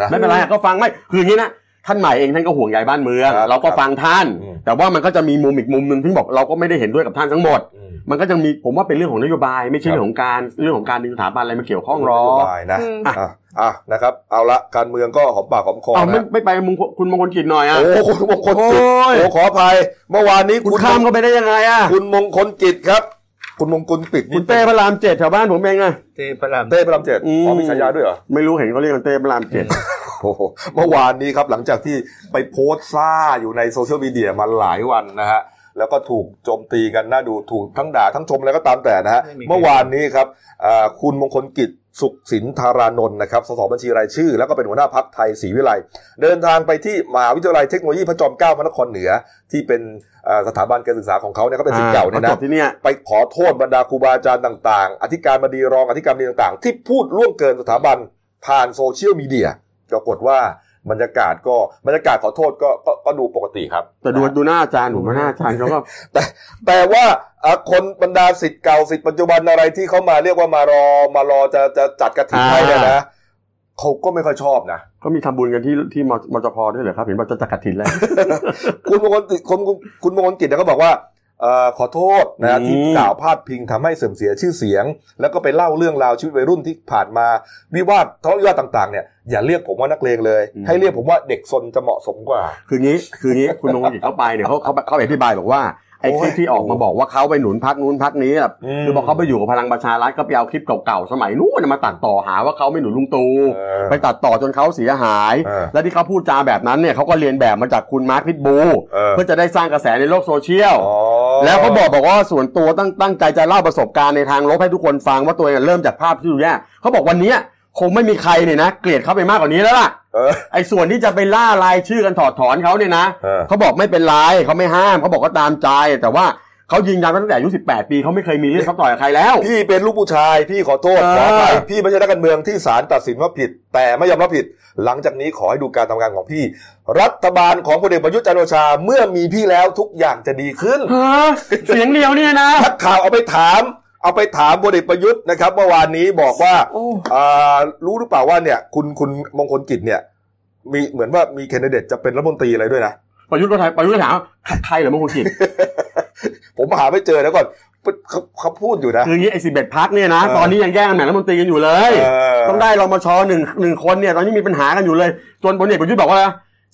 A: นะ
B: ไม่เป็นไรอะก็ฟังไม่คืออย่างนี้นะท่านใหม่เองท่านก็ห่วงใยบ้านเมือง
A: ครับ
B: เราก็ฟังท่าน
A: อืม
B: แต่ว่ามันก็จะมีมุมอีกมุมหนึ่งที่บอกเราก็ไม่ได้เห็นด้วยกับท่านทั้งหมด
A: อืม
B: มันก็จะมีผมว่าเป็นเรื่องของนโยบาย ไม่
A: ค
B: ใช่
A: รับ
B: เรื่องของการเรื่องของการดึงสถาบันอะไรมาเกี่ยวข้องหรอน ก
A: โยบายนะ
B: อืม
A: อ่ะอ่ะนะครับ เอาละการเมืองก็หอมปากหอมคอ
B: เอาไม่
A: นะ
B: ไม่ไปมงคลคุณมงคลกิจหน่อยอะ
A: โอ้โหคุณมงคล
B: โอ้
A: กิจ
B: ย
A: โอ้ขออภัยเมื่อวานนี้
B: คุณ
A: คุณ
B: ข้ามเข้าไปได้ยังไงอะ
A: คุณมงคลกิจครับ คุณมงคลกิจ
B: คุ
A: นี่
B: ณเต้พระรามเจ็ดแถวบ้านผมเองไง
C: เต้พระราม
A: เต้พระรามเจ็ด
B: อืม
A: อ๋อมีฉายาด้วยเหรอ
B: ไม่รู้เห็นเขาเรียกกันเต้พระรามเจ็ด
A: โอ้โหเมื่อวานนี้ครับหลังจากที่ไปโพสต์ซ่าอยู่ในโซเชียลมีเดียมาหลายวันนะฮะแล้วก็ถูกโจมตีกันน่าดูถูกทั้งด่าทั้งชมแล้วก็ตามแต่นะฮะ
C: ไม่มีใคร
A: เมื่อวานนี้ครับอ่าคุณมงคลกิจสุขสินธารานนท์นะครับสสบัญชีรายชื่อ แล้วก็เป็นหัวหน้าพักไทยศรีวิไลเดินทางไปที่มหาวิทยาลัยเทคโนโลยีพระจอมเกล้าพระนครเหนือ ที่เป็นอ่าสถาบันการศึกษาของเขาเนี่ยก็เป็นสิทธิ์เก่าเนี่ย
B: ข
A: นะ
B: จบที่เนี่ย
A: ไปขอโทษบรรดาครูบาอาจารย์ต่างๆ อธิการบดีรองอธิการบดีต่างๆ ที่พูดล่วงเกินสถาบันผ่านโซเชียลมีเดียปรากฏว่าบรรยากาศก็บรรยากาศขอโทษก็ก็ก็ดูปกติครับ
B: แต่ดูดูหน้าอาจารย์ผมว่าหน้าอาจารย์เขาก็
A: แต่แต่ว่าเอ่อคนบรรดาสิทธิ์เก่าสิทธิ์ปัจจุบันอะไรที่เขามาเรียกว่ามารอมารอจะจะจัดกระถิ่น
B: อ่า
A: ให้เนี่ยนะเขาก็ไม่ค่อยชอบนะ
B: ก็มีทำบุญกันที่ที่มมจพด้วยเหรอครับ เห็นว่าจะจัดกรถินแล้ว
A: คุณมงคลกิจคุณคุณคุณมงคลกิจเนี่ยก็บอกว่าเอ่อขอโทษนะ
B: อืม
A: ที่กล่าวพาดพิงทำให้เสื่อมเสียชื่อเสียง แล้วก็ไปเล่าเรื่องราวชีวิตวัยรุ่นที่ผ่านมาวิวาททะเลาะวิวาทต่างๆเนี่ยอย่าเรียกผมว่านักเลงเลย ให้เรียกผมว่าเด็กซนจะเหมาะสมกว่า
B: คืองี้คืองี้ คุณมงคลกิจเข้าไปเนี่ยเขาเขาเขาอธิบายบอกว่าไอ้คลิปที่ออกมาบอกว่าเขาไปหนุนพักนู้นพักนี้อะ
A: อืม
B: คือบอกเขาไปอยู่กับพลังประชารัฐก็ไปเอาคลิปเก่าๆสมัยนู้นนะมาตัดต่อหาว่าเขาไม่หนุนลุงตู่
A: เออ
B: ไปตัดต่อจนเขาเสียหาย
A: เออ
B: และที่เขาพูดจาแบบนั้นเนี่ยเขาก็เรียนแบบมาจากคุณมาร์คพิทบู
A: เออ
B: เพื่อจะได้สร้างกระแสในโลกโซเชียล
A: อ๋อ
B: แล้วเขาบอกบอกว่าส่วนตัวตั้งตั้งใจจะเล่าประสบการณ์ในทางลบให้ทุกคนฟังว่าตัวเองเริ่มจากภาพที่ดูแย่เขาบอกวันเนี้ยคงไม่มีใครเนี่ยนะ เกลียดเขาไปมากกว่านี้แล้วล่ะ
A: เออ
B: ไอ้ส่วนที่จะไปล่ารายชื่อกันถอดถอนเขาเนี่ยนะ
A: เออ
B: เขาบอกไม่เป็นไรเขาไม่ห้ามเขาบอกก็ตามใจ แต่ว่า เขายืนยันว่าตั้งแต่อายุ18 ปีเขาไม่เคยมีเรื่องชกต่อยกับใครแล้ว
A: พี่เป็นลูกผู้ชายพี่ขอโทษ
B: เออ
A: ขออภัยพี่ไม่ใช่นักการเมืองที่ศาลตัดสินว่าผิด แต่ไม่ยอมรับผิด หลังจากนี้ขอให้ดูการทำงานของพี่ รัฐบาลของพลเอกประยุทธ์จันทร์โอชาเมื่อมีพี่แล้วทุกอย่างจะดีขึ้น
B: ฮะเสียงเดียวเนี่ยนะ
A: นักข่าวเอาไปถาม เอาไปถามพลเอกประยุทธ์นะครับเมื่อวานนี้บอกว่า
B: โอ้
A: อ่ารู้หรือเปล่าว่าเนี่ย คุณคุณมงคลกิจเนี่ย มีเหมือนว่ามีแคนดิเดตจะเป็นรัฐมนตรีอะไรด้วยนะ
B: ประยุทธ์ก็ถามประยุทธ์ก็ถามใครเหรอมงคลกิจ
A: ผมหาไม่เจอแล้วก่อนเขาเขาพูดอยู่นะ
B: คืออย่างนี้ไอ้สิบเอ็ดพักเนี่ยนะ
A: เออ
B: ตอนนี้ยังแย่งตำแหน่งรัฐมนตรีกันอยู่เลย
A: เออ
B: ต้องได้รมชหนึ่งหนึ่งคนเนี่ยตอนนี้มีปัญหากันอยู่เลย จนพลเอกประยุทธ์บอกว่า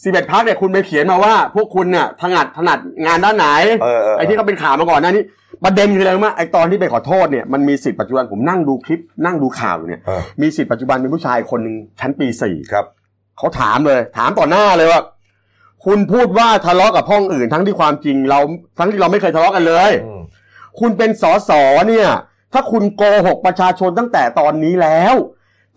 B: สิบเอ็ดพักเนี่ยคุณไปเขียนมาว่า พวกคุณเนี่ยถนัดถนัดงานด้านไหน
A: เออเออ
B: ไอ้ที่เขาเป็นข่าวมาก่อนหน้านี้ประเด็นคืออะไรรู้ไหมไอ้ตอนที่ไปขอโทษเนี่ยมันมีสิทธิ์ปัจจุบันผมนั่งดูคลิปนั่งดูข่าวอยู่เนี่ย
A: เออ
B: มีสิทธิ์ปัจจุบันเป็นผู้ชายคนหนึ่งชั้นปีสี่
A: ครับ
B: เขาถามเลย ถามต่อหน้าเลยว่า คุณพูดว่าทะเลาะกับห้องอื่นทั้งที่ความจริงเราทั้งที่เราไม่เคยทะเลาะกันเลย
A: อืม
B: คุณเป็นสอสอเนี่ย ถ้าคุณโกหกประชาชนตั้งแต่ตอนนี้แล้ว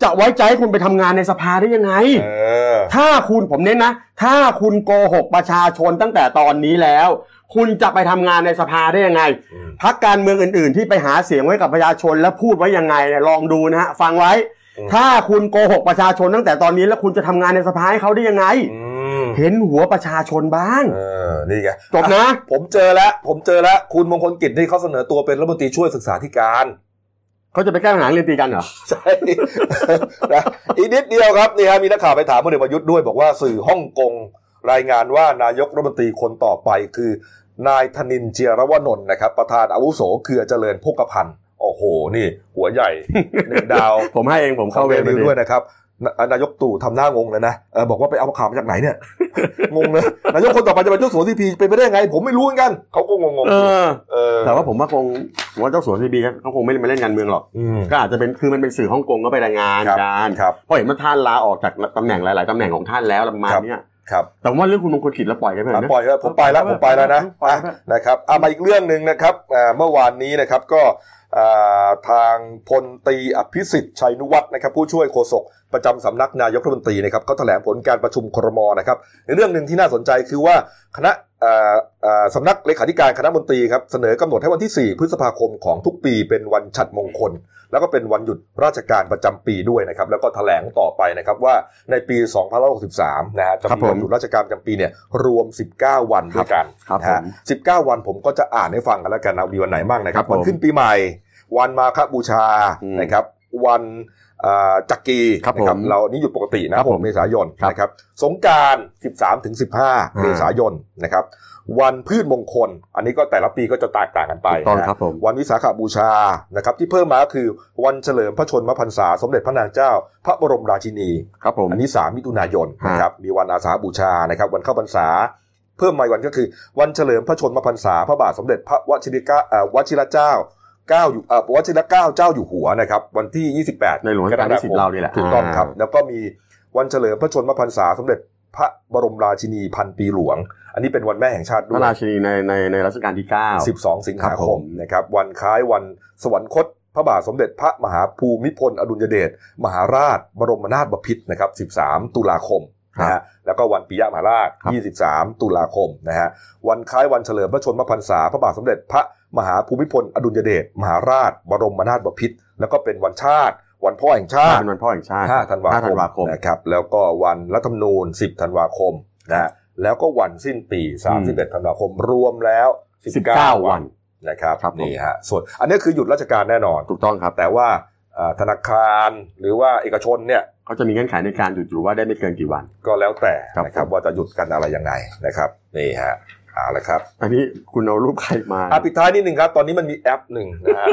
B: จะไว้ใจให้คุณไปทำงานในสภาได้ยังไง
A: เออ
B: ถ้าคุณผมเน้นนะ ถ้าคุณโกหกประชาชนตั้งแต่ตอนนี้แล้ว คุณจะไปทำงานในสภาได้ยังไง
A: อืม
B: พักการเมืองอื่นๆ ที่ไปหาเสียงไว้กับประชาชนแล้วพูดไว้ยังไงเนี่ยลองดูนะฮะฟังไว้ ถ้าคุณโกหกประชาชนตั้งแต่ตอนนี้แล้วคุณจะทำงานในสภาให้เขาได้ยังไง
A: อืม
B: เห็นหัวประชาชนบ้าง
A: เออนี่ไง
B: จบนะ
A: ผมเจอแล้ว ผมเจอแล้ว คุณมงคลกิจที่เขาเสนอตัวเป็นรัฐมนตรีช่วยศึกษาธิการ
B: เขาจะไปแก้ปัญหาเรียนตีกันเหรอ
A: ใช่ นะอีกนิดเดียวครับนี่ฮะมีนักข่าวไปถามพลเอกประยุทธ์ด้วย บอกว่าสื่อฮ่องกงรายงานว่านายกรัฐมนตรีคนต่อไปคือ นายธนินเจียรวนนท์นะครับ ประธานอาวุโสเครือเจริญพกพันธ์โอ้โห นี่ หัวใหญ่ หนึ่งดาว
B: ผมให้เองผม
A: เข้า
B: เข้า
A: เว
B: เว
A: ร
B: ร
A: ไป
B: ไป
A: ด้
B: ด้
A: ว
B: วย ย
A: นะครับนนายกตู่ทำหน้างงเลยนะเออบอกว่าไปเอาข่าวมาจากไหนเนี่ย งงเลยนายกคนต่อไปจะเป็นเจ้าสัวทีพีเป็นไปได้ไง ผมไม่รู้เหมือนกันเขาก็งงๆ
B: เออ
A: เออ
B: แต่ว่าผมว่าคงผมว่าเจ้าสัวซีบีเขาคงไม่ได้มาเล่นการเมืองหรอก
A: อืม
B: ก็อาจจะเป็นคือมันเป็นสื่อฮ่องกงก็ไปรายงาน
A: ครับ
B: การ
A: ครับ
B: เพราะเห็นว่าท่านลาออกจากตำแหน่งหลาย ๆตำแหน่งของท่านแล้วประมาณเนี้ย
A: ครับ
B: แต่ว่าเรื่องคุณมงคลกิจเราปล่อยกันไป
A: อ่ะ
B: นะ
A: ปล่อยเถอะผมไปแล้วผมไปแล้วนะ
B: ปล่อยไป
A: อ่ะนะครับเอามาอีกเรื่องหนึ่งนะครับอ่าเมื่อวานนี้นะครับก็อ่าทางพลตรีอภิสิทธิ์ชัยนุวัฒน์นะครับ ผู้ช่วยโฆษกประจำสำนักนายกรัฐมนตรีนะครับเขาแถลงผลการประชุมครมนะครับในเรื่องหนึ่งที่น่าสนใจคือว่าคณะอ่าอ่าสำนักเลขาธิการคณะมนตรีครับเสนอกำหนดให้วันที่ 4 พฤษภาคมของทุกปีเป็นวันฉัตรมงคล แล้วก็เป็นวันหยุดราชการประจำปีด้วยนะครับ แล้วก็แถลงต่อไปนะครับว่าในปี 2563 นะฮะจะ
B: ครับ
A: มี
B: ผม
A: วันหยุดราชการประจำปีเนี่ยรวม 19 วันด้วยกัน
B: ครับ
A: นะ
B: ผ
A: ฮะ
B: ม
A: 19 วันผมก็จะอ่านให้ฟังกันแล้วกันนะมีวันไหนบ้างนะครับ
B: ครับผม
A: วันขึ้นปีใหม่ วันมาคบูชา
B: อืม
A: นะครับ วันเอ่อจักรี
B: ครับ
A: นะ
B: ผม
A: เรานี่หยุดปกตินะครับ
B: ผ
A: 6
B: ม
A: เมษายน
B: ครับ
A: นะครับ สงกราร13ถึง15
B: า
A: เมษายนนะครับ วันพืชมงคล อันนี้ก็แต่ละปีก็จะแตกต่างกันไป
B: ถูกต้อง
A: นะฮะ
B: ครับผม
A: วันวิสาขบูชา นะครับ ที่เพิ่มมาก็คือวันเฉลิมพระชนมพรรษา สมเด็จพระนางเจ้า พระบรมราชินี
B: ครับผม
A: อันนี้ 3 มิถุนายน
B: ฮะ
A: นะครับ มีวันอาสาบูชา นะครับ วันเข้าพรรษา เพิ่มมาอีกวันก็คือ วันเฉลิมพระชนมพรรษา พระบาทสมเด็จพระวชิรเกล้าเอ่อวชิรเจ้าเก้าอยู่เอ่อวชิรเกล้าเจ้าอยู่หัวนะครับ วันที่ 28
B: ในหลวงรัชกาลที่สิบเรานี่แหละ
A: ถูกต้องครับ แล้วก็มีวันเฉลิมพระชนมพรรษา สมเด็จพระบรมราชินีพันปีหลวง อันนี้เป็นวันแม่แห่งชาติด้
B: พ
A: ว
B: ระ
A: ย
B: ราชินีในในในรัชกาลที่เก้า
A: 12 สิงหา
B: ครับ
A: ค
B: ผม ม
A: นะครับวันคล้ายวันสวรรคต พระบาทสมเด็จพระมหาภูมิพล อดุลยเดชมหาราช บรมนาถบพิตรนะครับ 13 ตุลาคมนะฮะแล้วก็วันปิยมหาราช
B: ครับ
A: 23 ตุลาคมนะฮะวันคล้ายวันเฉลิมพระชนมพรรษา พระบาทสมเด็จพระมหาภูมิพล อดุลยเดชมหาราช บรมนาถบพิตรแล้วก็เป็นวันชาติ วันพ่อแห่งชาติ
B: เป็นวันพ่อแห่งชาติ
A: 5ธันวา
B: ห้ธันวา
A: ค
B: ค
A: ม
B: ม
A: นะครับแล้วก็วันรัฐธรรมนูญ 10 ธันวาคมนะฮะแล้วก็วันสิ้นปี 31 ธันวาคมรวมแล้ว 19
B: 19
A: วั
B: วัน น
A: นะครับ
B: ครับผม
A: นี่ฮะส่วนอันนี้คือหยุดราชการแน่นอน
B: ถูกต้องครับ
A: แต่ว่าเอ่อธนาคารหรือว่าเอกชนเนี่ย
B: เขาจะมีเงื่อนไขในการหยุดอยู่ว่าได้ไม่เกินกี่วัน
A: ก็แล้วแต่นะค
B: ครั
A: รับบ ว่าจะหยุดกันอะไรยังไงนะครับนี่ฮะเอาละครับ
B: อันนี้คุณเอารูปใครมา
A: อ่ะปิดท้ายนิดหนึ่งครับ ตอนนี้มันมีแอปหนึ่งนะ ฮะ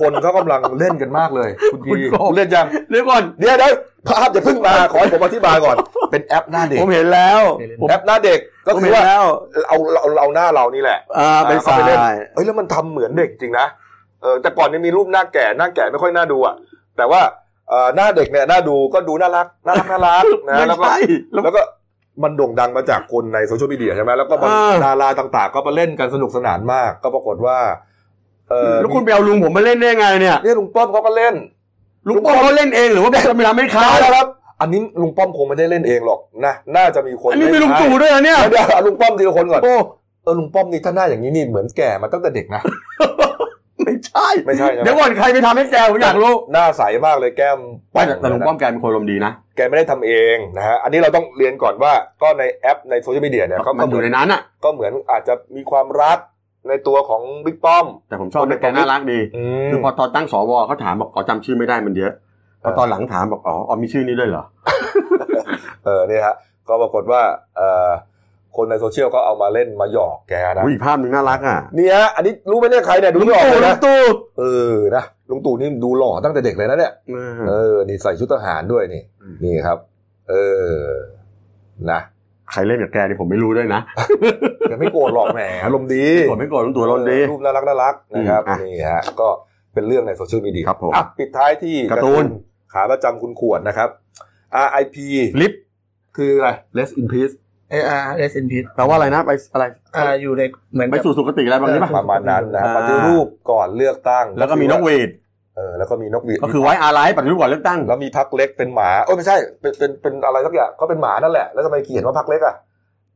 A: คนเขากำลังเล่นกันมากเลย คุณพีคุณเล่นยัง
B: เดี๋ยวก่อน
A: เดี๋ยวเดี๋ยวภาพอย่าเพิ่งมาขอให้ผมอธิบายก่อนเป็นแอปหน้าเด็ก
B: ผมเห็นแล้วผม
A: แอปหน้าเด็กก็
B: ผม
A: คือ
B: เห็น
A: ว่า
B: แล้ว
A: เอาเราเราหน้าเรานี่แหละ
B: อ่าเป็น
A: อ
B: สา
A: เล่น
B: ย
A: เอ้ยแล้วมันทำเหมือนเด็กจริงนะเออแต่ก่อนเนี่ยมีรูปหน้าแก่หน้าแก่ไม่ค่อยน่าดูอ่ะแต่ว่าเออหน้าเด็กเนี่ยน่าดูก็ดูน่ารักน่ารักน่ารั กนะ
B: ไม่
A: แล้วก็
B: ใช่แล้ว
A: แล้วก็มันโด่งดังมาจากคนในโซเชียลมีเดียใช่ไหมแล้วก็มัน
B: เออ
A: ดาราต่างๆ ก็มาเล่นกันสนุกสนานมาก ก็ปรากฏว่าเออ
B: แล้วคุณไปเอาลุงผมมาเล่นได้ไงเนี่ย
A: เนี่ยลุงป้อมเขาก็เล่น
B: ลุงป้อมเขาเล่นเองหรือว่าเป็นคนไปทำให้เขา
A: ได้แล้วครับ อันนี้ลุงป้อมคงไม่ได้เล่นเองหรอกนะน่าจะมีคน
B: อันนี้มีลุง
A: เให้
B: ตู่ด้วยเหรอเนี่ย
A: เดี๋ยวเอาลุงป้อมทีละคนก่อน
B: โอ้
A: เออลุงป้อมนี่ถ้าหน้าอย่างนี้นี่เหมือนแก่มาตั้งแต่เด็กนะ
B: ไม่ใช่
A: ไม่ใช่ใช่ไหม
B: เดี๋ยวก่อนใครไปทำให้แกผม อยากรู้
A: หน้าใสมากเลยแก้ม
B: ไม่แต่แต่ลุงป้อมแกเป็นคนอารมณ์ดีนะ
A: แกไม่ได้ทำเองนะฮะอันนี้เราต้องเรียนก่อนว่าก็ในแอปในโซเชียลมีเดียเนี่ยเขา
B: มั
A: ก็
B: น
A: เหมื
B: อยู่
A: อน
B: ในนั้นอ่ะ
A: ก็เหมือนอาจจะมีความรักในตัวของบิ๊กป้อม
B: แต่ผมชอบนะแกน่ารักดี
A: อื
B: คือ
A: ม
B: พอตอนตั้งสวเขาถามบอกอ๋อจำชื่อไม่ได้มันเยอะพอตอนหลังถามบอกอ๋ออ๋อมีชื่อนี้ด้วยเหรอ
A: เออเนี่ยฮะก็ปรากฏว่าเอ่อคนในโซเชียลก็เอามาเล่นมาหยอกแกนะ
B: อุ้ยอีกภาพหนึ่งน่ารักอ่ะ
A: นี่ฮะอันนี้รู้ไหมเนี่ยใครเนี่ยดูไม่ออกเลยนะ
B: ตู่
A: เออนะลุงตู่นี่ดูหล่อตั้งแต่เด็กเลยนะเนี่ย
B: เอ
A: เอ
B: อ
A: อนี่ใส่ชุดทหารด้วยนี่
B: อืม
A: นี่ครับ เออนะ
B: ใครเล่นกับแกนี่ผมไม่รู้ด้วยนะ
A: แกไม่โกรธหรอกแหมอารมณ์ดี
B: ผมไม่โกรธลุงตู่ลนดี
A: รูปน่ารักน่ารักนะครับ
B: อืมอ่ะ
A: นี่ฮะก็เป็นเรื่องในโซเชียลมีเดีย
B: ครับผม
A: อ่ะปิดท้ายที่
B: การ์ตูน
A: ขาประจำคุณขวดนะครับ RIP
B: ลิฟต์
A: คืออะไร
C: Rest in peace เออ Rest in peace
B: แปลว่าอะไรนะไปอะไร
C: อ่าอยู่ในเหมือน
B: ไป
C: กับ
B: สู่สุคติอะไรบางอย่าง
C: เออ
B: ป่ะ
A: ประมาณนั้นนะ
B: อ่า
A: ปฏิรูปก่อนเลือกตั้ง
B: แล้วก็มีนกหวีด
A: เออแล้วก็มีนกหวีด
B: ก็คือไว้อาลัยปฏิรูปก่อนเลือกตั้ง
A: แล้วมีพักเล็กเป็นหมาโอ้ยไม่ใช่เป็นเป็นเป็นอะไรสักอย่างก็เป็นหมานั่นแหละ แล้วทำไมเขียนว่าพักเล็กอ่ะ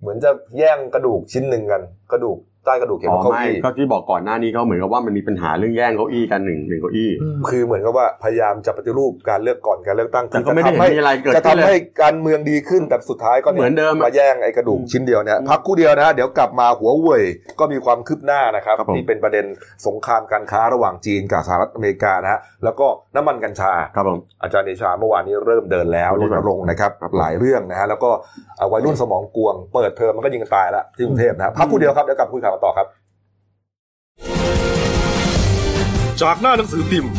A: เหมือนจะแย่งกระดูกชิ้นหนึ่งกัน กระดูกใต้กระดูกเขียน
B: อ๋อ
A: ว่าเก้า
B: ไม่
A: อี้
B: ก็ที่บอกก่อนหน้านี้ก็เหมือนกับว่ามันมีปัญหาเรื่องแย่งเก้าอี้ กันหนึ่งหนึ่งเก้าอี้
C: อืม
A: คือเหมือนกับว่าพยายามจะปฏิรูปการเลือกก่อนการเลือกตั้ง
B: แต่
A: คือ
B: ก็ไม่ได้
A: จะทำ
B: เห็น
A: ให้
B: มีอะไรเกิด
A: จะ
B: ขึ้น
A: ทำ
B: เล
A: ให้
B: ย
A: การเมืองดีขึ้นแต่สุดท้ายก็ย
B: เหมือนเดิมอะ
A: มาแย่งไอ้กระดูกชิ้นเดียวเนี่ยพักคู่เดียวนะฮะเดี๋ยวกลับมาหัวเว่ยก็มีความคืบหน้านะครับ
B: ครับผม
A: ที่เป็นประเด็นสงครามการค้าระหว่างจีนกับสหรัฐอเมริกานะฮะแล้วก็น้ำมันกัญชา
B: ครับผม
A: อาจารย์เดชาเมื่อวานนี้เริ่มเดินแล้ว
B: ค
A: ร
B: รับ
A: ณรงค์นะครับ
B: ครับ
A: หลายเรื่องนะฮะแล้วก็เอ่อวัยรุ่นสมองกวง เปิดเทอมมันก็ยิงกันตายละที่กรุงเทพนะครับพักครู่เดียวครับ เดี๋ยวกลับคุยข่าวกันต่อครับ
D: จากหน้าหนังสือพิมพ์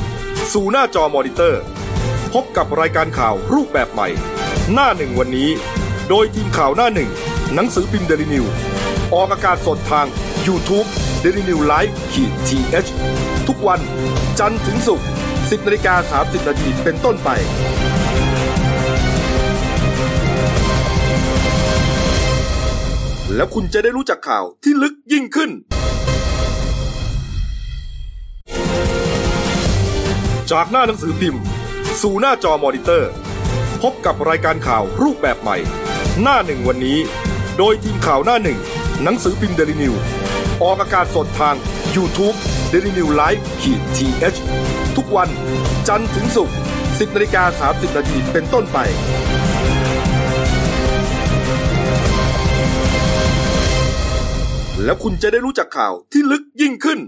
D: สู่หน้าจอมอนิเตอร์ พบกับรายการข่าวรูปแบบใหม่ หน้าหนึ่งวันนี้ โดยทีมข่าวหน้าหนึ่ง หนังสือพิมพ์เดลิวิวออกอากาศสดทาง y o u t u เด d ิวิวไลฟ์ขีดทีเทุกวันจันทร์ถึงศุกร์10นาฬิกา30นาทีเป็นต้นไป แล้วคุณจะได้รู้จักข่าวที่ลึกยิ่งขึ้น จากหน้าหนังสือพิมพ์ สู่หน้าจอมอนิเตอร์ พบกับรายการข่าวรูปแบบใหม่ หน้าหนึ่งวันนี้ โดยทีมข่าวหน้าหนึ่ง หนังสือพิมพ์เดลิวิวออกอากาศสดทาง y o u t u เด d ิวิวไลฟ์ขีดทีเทุกวันจันทร์ถึงศุกร์10นาฬิกา30นาทีเป็นต้นไป แล้วคุณจะได้รู้จักข่าวที่ลึกยิ่งขึ้น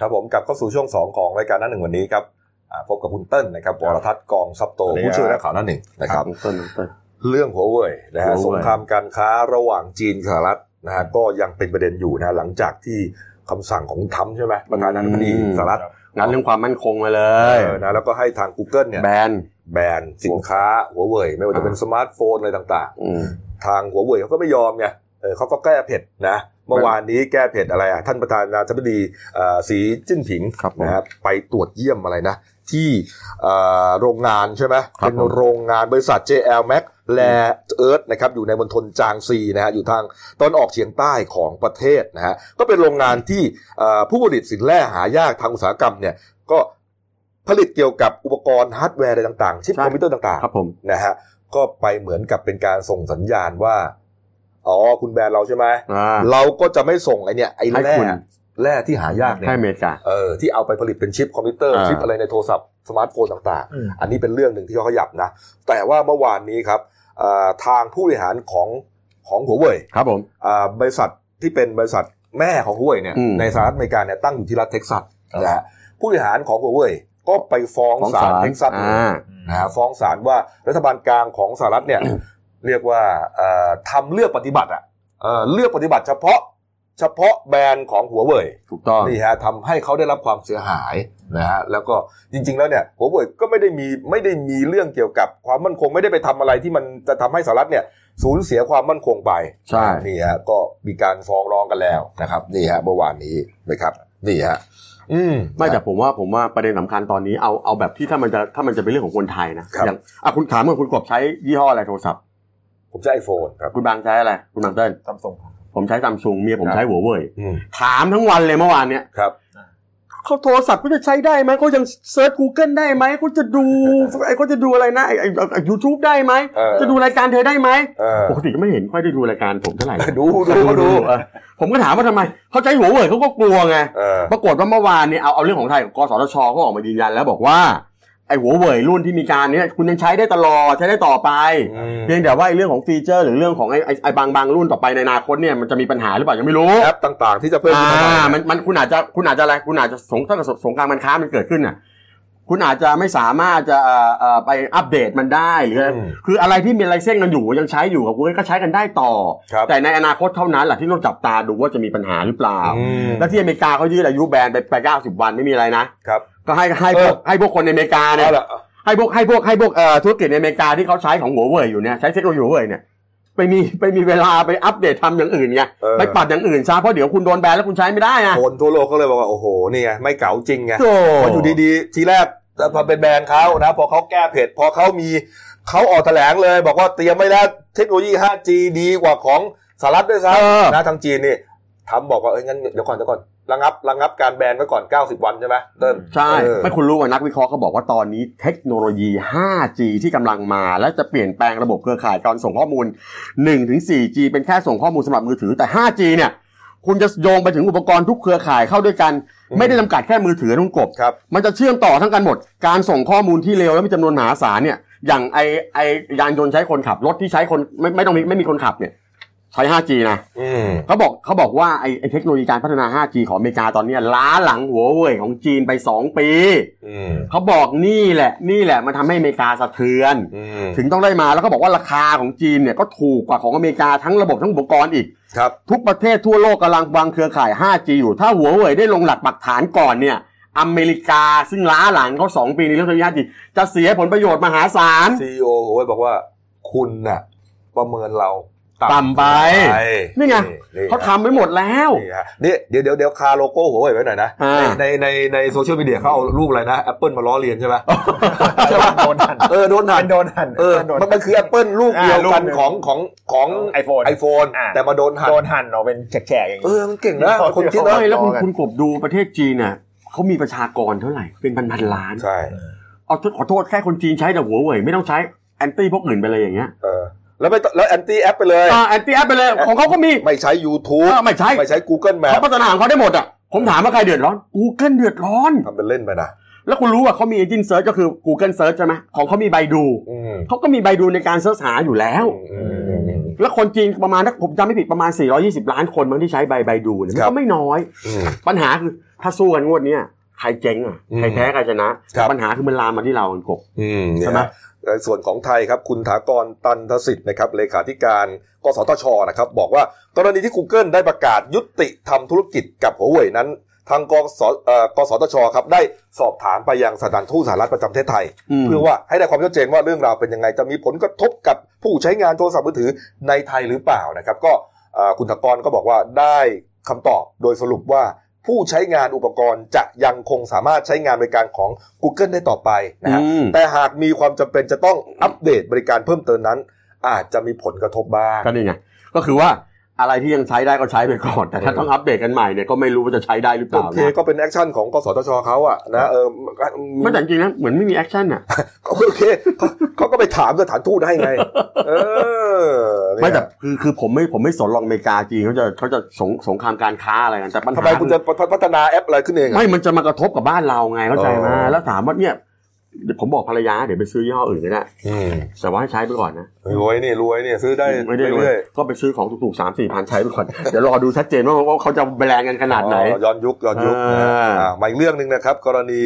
A: ครับผมกลับเข้าสู่ช่วง 2 ของรายการหน้าหนึ่งวันนี้ครับอ่าพบกับคุณเติ้ลนะครับวรทัศน์กองซับโต
B: สวัสดีครับ
A: ผู้ช่วยนักข่าวหน้าหนึ่งนะครับ
B: ลุงเติ้ลลุงเติ้ล
A: เรื่องหัวเว่ยนะฮะ
B: หัวเว่ย
A: สงครามการค้าระหว่างจีนกับสหรัฐนะฮะก็ยังเป็นประเด็นอยู่นะฮะหลังจากที่คำสั่งของทรัมป์ใช่ไหมประธานาธิบดีสหรัฐ
B: งั้นเรื่องความมั่นคงมาเล
A: เอย อนะแล้วก็ให้ทาง Google เนี่ย
B: แบน
A: แบนสินค้าหัวเว่ยไม่ว่าจะเป็นสมาร์ทโฟนอะไรต่าง ๆ
B: อืม
A: ทางหัวเว่ยเขาก็ไม่ยอมไงเออเขาก็แก้เผ็ดนะ เมื่อวานนี้แก้เผ็ดอะไรอ่ะ ท่านประธานาธิบดีเอ่อสีจิ้นผิง
B: ครับผม
A: นะครับไปตรวจเยี่ยมอะไรนะ ที่เอ่อโรงงานใช่ไหม
B: ครับ
A: เป็น
B: ผม
A: โรงงานบริษัท JL Max และ Earth นะครับอยู่ในมณฑลจางซีนะฮะอยู่ทางตอนออกเฉียงใต้ของประเทศนะฮะก็เป็นโรงงานที่เอ่อผู้ผลิตสินแร่หายากทางอุตสาหกรรมเนี่ยก็ผลิตเกี่ยวกับอุปกรณ์ฮาร์ดแวร์อะไรต่างๆชิป
B: ใช่
A: คอมพิวเตอร์ต่างๆ
B: ครับผม
A: นะฮะก็ไปเหมือนกับเป็นการส่งสัญญาณว่า อ๋อ คุณแบรนด์เราใช่ไหม
B: อ่า
A: เราก็จะไม่ส่งไอเนี่ยไอ
B: ให้
A: แร่
B: คุณ
A: แร่ที่หายากเนี่
B: ให้
A: ย
B: อเมริกา
A: เออที่เอาไปผลิตเป็นชิปคอมพิวเตอร์
B: อ่า
A: ชิปอะไรในโทรศัพท์สมาร์ทโฟนต่าง
C: อืม
A: ๆ อันนี้เป็นเรื่องหนึ่งที่เขาขยับนะ แต่ว่าเมื่อวานนี้ครับเอ่อทางผู้บริหารของของหัวเว่ย
B: ครับผม
A: อ่าบริษัทที่เป็นบริษัทแม่ของหัวเว่ยเนี่ย
B: อืม
A: ในสหรัฐอเมริกาเนี่ยตั้งอยู่ที่รัฐเท็กซัสนะฮะผู้บริหารของหัวเว่ยก็ไปฟ้อง
B: ของ
A: ศา
B: ศา
A: ล
B: ล
A: เท็กซัสเลย
B: อ่า
A: นะฮะฟ้องศาลว่ารัฐบาลกลางของสหรัฐเนี่ย เรียกว่าเอ่อทำเลือกปฏิบัติอะเอ่อเลือกปฏิบัติเฉพาะเฉพาะแบรนด์ของหัวเว่ย
B: ถูกต้อง
A: นี่ฮะทำให้เขาได้รับความเสียหายนะฮะแล้วก็จริง ๆ แล้วเนี่ยหัวเว่ยก็ไม่ได้มีไม่ได้มีเรื่องเกี่ยวกับความมั่นคงไม่ได้ไปทำอะไรที่มันจะทำให้สหรัฐเนี่ยสูญเสียความมั่นคงไป
B: ใช่
A: นี่ฮะก็มีการฟ้องร้องกันแล้วนะครับนี่ฮะเมื่อวานนี้นะครับนี่ฮะอืม
B: ไม่แต่ผมว่าผมว่าประเด็นสำคัญตอนนี้เอาเอาแบบที่ถ้ามันจะถ้ามันจะเป็นเรื่องของคนไทยนะครับ อย่างอ่ะคุณถามว่าคุณกบใช้ยี่ห้ออะไรโทรศัพท์
A: ผมใช้ไอโฟนครับ
B: คุณบางใช้อะไร คุณบางเต้น
C: ซัมซุง
B: ผมใช้ซัมซุงเมียผมใช้หัวเว่ย
A: อืม
B: ถามทั้งวันเลยเมื่อวานเนี้ย
A: ครับ
B: เขาโทรศัพท์เขาจะใช้ได้ไหมเขายังเซิร์ช Google ได้ไหมเขาจะดูไอ้เขาจะดูอะไรนะไอ้ยูทูบได้ไหม
A: เออ
B: จะดูรายการเธอได้ไหม
A: เออ
B: ปกติก็ไม่เห็นค่อยได้ดูรายการผมเท่าไหร่นะ
A: ดูดูดู
B: เออผมก็ถามว่าทำไมเขาใช้หัวเว่ยเขาก็กลัวไง
A: เออ
B: ปรากฏว่าเมื่อวานเนี่ยเอาเอาเรื่องของไทยกสทชเขาออกมายืนยันแล้วบอกว่าไอ้หัวเว่ยรุ่นที่มีการเนี้ยคุณยังใช้ได้ตลอดใช้ได้ต่อไป
A: อืม
B: เพียงแต่ว่าไอ้เรื่องของฟีเจอร์ หรือเรื่องของไอ้ไอ้ไอ้บางบางรุ่นต่อไปในอนาคตเนี่ยมันจะมีปัญหาหรือเปล่ายังไม่รู้
A: แอปต่างๆ ที่จะเพิ่ม
B: อ่
A: ขึ้นมาใหม่
B: ามันมันคุณอาจจะคุณอาจจะอะไรคุณอาจจะสงถ้าเกิดสงครามการค้ามันเกิดขึ้นน่ะคุณอาจจะไม่สามารถจะเอ่อเอ่อไปอัปเดตมันได้หรืออะไรคืออะไรที่มีไลเซนส์กันอยู่ยังใช้อยู่กับกูก็ใช้กันได้ต่อ
A: ครับ
B: แต่ในอนาคตเท่านั้นแหละที่ต้องจับตาดูว่าจะมีปัญหาหรือเปล่า
A: อืม
B: แล้วที่อเมริกาเขายืดอายุแบนไปไปเก้าสิบวันไม่มีอะไรนะ
A: ครับ
B: ก็ให้ให้พวก
A: เออ
B: ให้พวกคนในอเมริกาเนี่ย
A: เอาละ
B: ให้พวกให้พวกให้พวกเอ่อธุรกิจในอเมริกาที่เขาใช้ของหัวเว่ยอยู่เนี่ยใช้เทคโนโลยีหัวเว่ยเนี่ยไปมีไปมีเวลาไปอัปเดตทำอย่างอื่นไง
A: เออ
B: ไปปรับอย่างอื่นซะเพราะเดี๋ยวคุณโดนแบนแล้วคุณใช้ไม่ได้นะ
A: คนทั่วโลกก็เลยบอกว่าโอ้โหนี่ไงไม่เก๋าจริงไง
B: โธ่
A: พออยู่ดีๆ ทีแรกแต่พอเป็นแบรนด์เขานะ พอเขาแก้เผ็ดพอเขามีเขาออกแถลงเลย บอกว่าเตรียมไว้แล้วเทคโนโลยี 5G ดีกว่าของสหรัฐด้วย
B: เออ
A: ซ้ำนะทางจีนนี่ทำบอกว่าเอ้ยงั้นเดี๋ยวก่อนเดี๋ยวก่อนระงับระงับการแบนไว้ก่อน 90 วันใช่ไหมเติ้ล
B: ใช่
A: เออ
B: ไม่คุณรู้ว่านักวิเคราะห์เขาบอกว่าตอนนี้เทคโนโลยี 5G ที่กำลังมา และจะเปลี่ยนแปลงระบบเครือข่ายการส่งข้อมูล 1-4G เป็นแค่ส่งข้อมูลสำหรับมือถือแต่ 5G เนี่ย คุณจะโยงไปถึงอุปกรณ์ทุกเครือข่ายเข้าด้วยกัน
A: อืม
B: ไม่ได้จำกัดแค่มือถือนุ่งกบ
A: ครับ
B: มันจะเชื่อมต่อทั้งกันหมด การส่งข้อมูลที่เร็วและมีจำนวนมหาศาลเนี่ย อย่างไอไอยานยนต์ใช้คนขับรถที่ใช้คนไม่ไม่ต้องมีไม่มีคนขับเนี่ยใช้ 5G นะ
A: อืม
B: เขาบอกเขาบอกว่าไอ้ไอ้เทคโนโลยีการพัฒนา 5G ของอเมริกาตอนเนี้ยล้าหลังหัวเว่ยของจีนไป 2 ปี
A: อืม
B: เขาบอกนี่แหละนี่แหละมันทำให้อเมริกาสะเทือน
A: อืม
B: ถึงต้องได้มาแล้วเขาบอกว่าราคาของจีนเนี่ยก็ถูกกว่าของอเมริกาทั้งระบบทั้งอุปกรณ์อีก
A: ครับ
B: ทุกประเทศทั่วโลกกำลังวางเครือข่าย 5G อยู่ ถ้าหัวเว่ยได้ลงหลักปักฐานก่อนเนี่ยอเมริกาซึ่งล้าหลังเขา2ปีในเรื่องเทคโนโลยี 5G จะเสียผลประโยชน์มหาศาล
A: ซีโอโอ้ยบอกว่าคุณน่ะ ประเมินเรา
B: ต่ำไปนี่ไง
A: นี่
B: เขาทำไว้หมดแล้ว
A: นี่ฮะนี่เดี๋ยวเดี๋ยวเดี๋ยวคาโลโก้หัวเว่ยไว้หน่อยนะ
B: อ่า
A: ในในในในโซเชียลมีเดียเขาเอารูปอะไรนะแอปเปิลมาล้อเลียนใช่ไหม
C: โดนหัน
A: เออโดนหัน
C: โดนหัน
A: เออ
C: โดน
A: มันมันคือแอปเปิลลูกเดียวกัน
C: อ่ารูปหนึ่ง
A: ของของของ
C: ของ iPhone
A: ไอโฟน
C: อ่า
A: แต่มาโดนหัน
C: โดนหันออกเป็นแฉกๆอย่าง
A: เออ
C: นี้
A: มันเก่งนะคนคิดนะ
B: ไม่แล้วคุณ
C: รอกัน
B: คุณกบดูประเทศจีนน่ะเขามีประชากรเท่าไหร่เป็นพันพันๆล้าน
A: ใช่
B: เอาขอโทษแค่คนจีนใช้แต่หัวเว่ยไม่ต้องใช้แอนตี้พวกอื่นไปเลยอย่างเงี้ย
A: เออแล้วไม่ต้องแล้วแอนตี้แอปไปเลย
B: อ่าแอนตี้แอปไปเลยของเขาก็มี
A: ไม่ใช้ YouTube
B: เออไม่ใช้
A: ไม่ใช้ Google Map
B: เขาพัฒนาของเขาได้หมดอ่ะผมถามว่าใครเดือดร้อน Google เดือดร้อน
A: ทำเป็นเล่นไปนะ
B: แล้วคุณรู้ว่าเขามี engine search ก็คือ Google search ใช่ไหมของเขามีไบดู
A: อืม
B: เขาก็มีไบดูในการเสิร์ชหาอยู่แล้ว
A: อืมอืมอืม
B: แล้วคนจีนประมาณนักผมจำไม่ผิดประมาณ 420 ล้านคนมั้งที่ใช้ไบไบดูเนี่ยมัน
A: ครั
B: ก็
A: บ
B: ไม่น้อย
A: อืม
B: ปัญหาคือถ้าสู้กันงวดเนี้ยใครเจ๊งอ่ะ
A: อืม
B: ใครแพ้ใครชนะครับ ปัญหาคือมันลามมาที่เรากันกบ
A: อืมเนี่ย
B: ใช่ไหม
A: เอ่อส่วนของไทยครับ คุณถากรตันทสิทธิ์นะครับเลขาธิการกสทชนะครับ บอกว่ากรณีที่ Google ได้ประกาศยุติทำธุรกิจกับหัวเว่ยนั้น ทางกสเอ่อกสทชครับ ได้สอบถามไปยังสถานทูตสหรัฐประจำประเทศไทย เพื่อว่าให้ได้ความชัดเจนว่าเรื่องราวเป็นยังไง จะมีผลกระทบกับผู้ใช้งานโทรศัพท์มือถือในไทยหรือเปล่านะครับ ก็เอ่อคุณถากรก็บอกว่าได้คำตอบโดยสรุปว่าผู้ใช้งานอุปกรณ์จะยังคงสามารถใช้งานบริการของ Google ได้ต่อไปนะฮะ
B: อืม
A: แต่หากมีความจำเป็นจะต้องอัปเดตบริการเพิ่มเติมนั้น อาจจะมีผลกระทบบ้าง
B: ก็นี่ไงก็คือว่าอะไรที่ยังใช้ได้ก็ใช้ไปก่อน แต่ถ้า
A: เออ
B: ต้องอัปเดตกันใหม่เนี่ยก็ไม่รู้ว่าจะใช้ได้หรือเป
A: โอ
B: ล่า
A: เค
B: นะ
A: ก็เป็นแอคชั่นของกสทชเขาอะนะเออ
B: ไม่แต่จริงๆนะเหมือนไม่มีแอคชั่นอ่ะ
A: โอเคเขาเขาก็ไปถามสถานทูตให้ไง เออเนี่ย
B: ไม่แต่คือคือผมไม่ผมไม่สนลองอเมริกาจีนเขาจะเขาจะสงสงครามการค้าอะไรกันแต่ปัญหา
A: ทำไมคุณจะพัฒนาแอปอะไรขึ้นเองอะ
B: ไม่มันจะมากระทบกับบ้านเราไงเข้าใจไหม
A: เออ
B: แล้วถามว่าเนี่ยเดี๋ยวผมบอกภรรยาเดี๋ยวไปซื้อย่ห้ออื่นก็ได้
A: อืม
B: แต่ว่าให้ใช้ไปก่อนนะ
A: รวยนี่รวยนี่ซื้อได้
B: ไม่ได้รวย
A: เรื่อย
B: ก็ไปซื้อของถูกๆสามสี่พันใช้ไปก่อน เดี๋ยวรอดูชัดเจนว่าว่าเขาจะแบรนด์กันข
A: ๆ
B: นาดไหน
A: อ๋อย้อนยุคย้อนยุคนะ
B: อ่า
A: อ่ามาอีกเรื่องหนึ่งนะครับ กรณี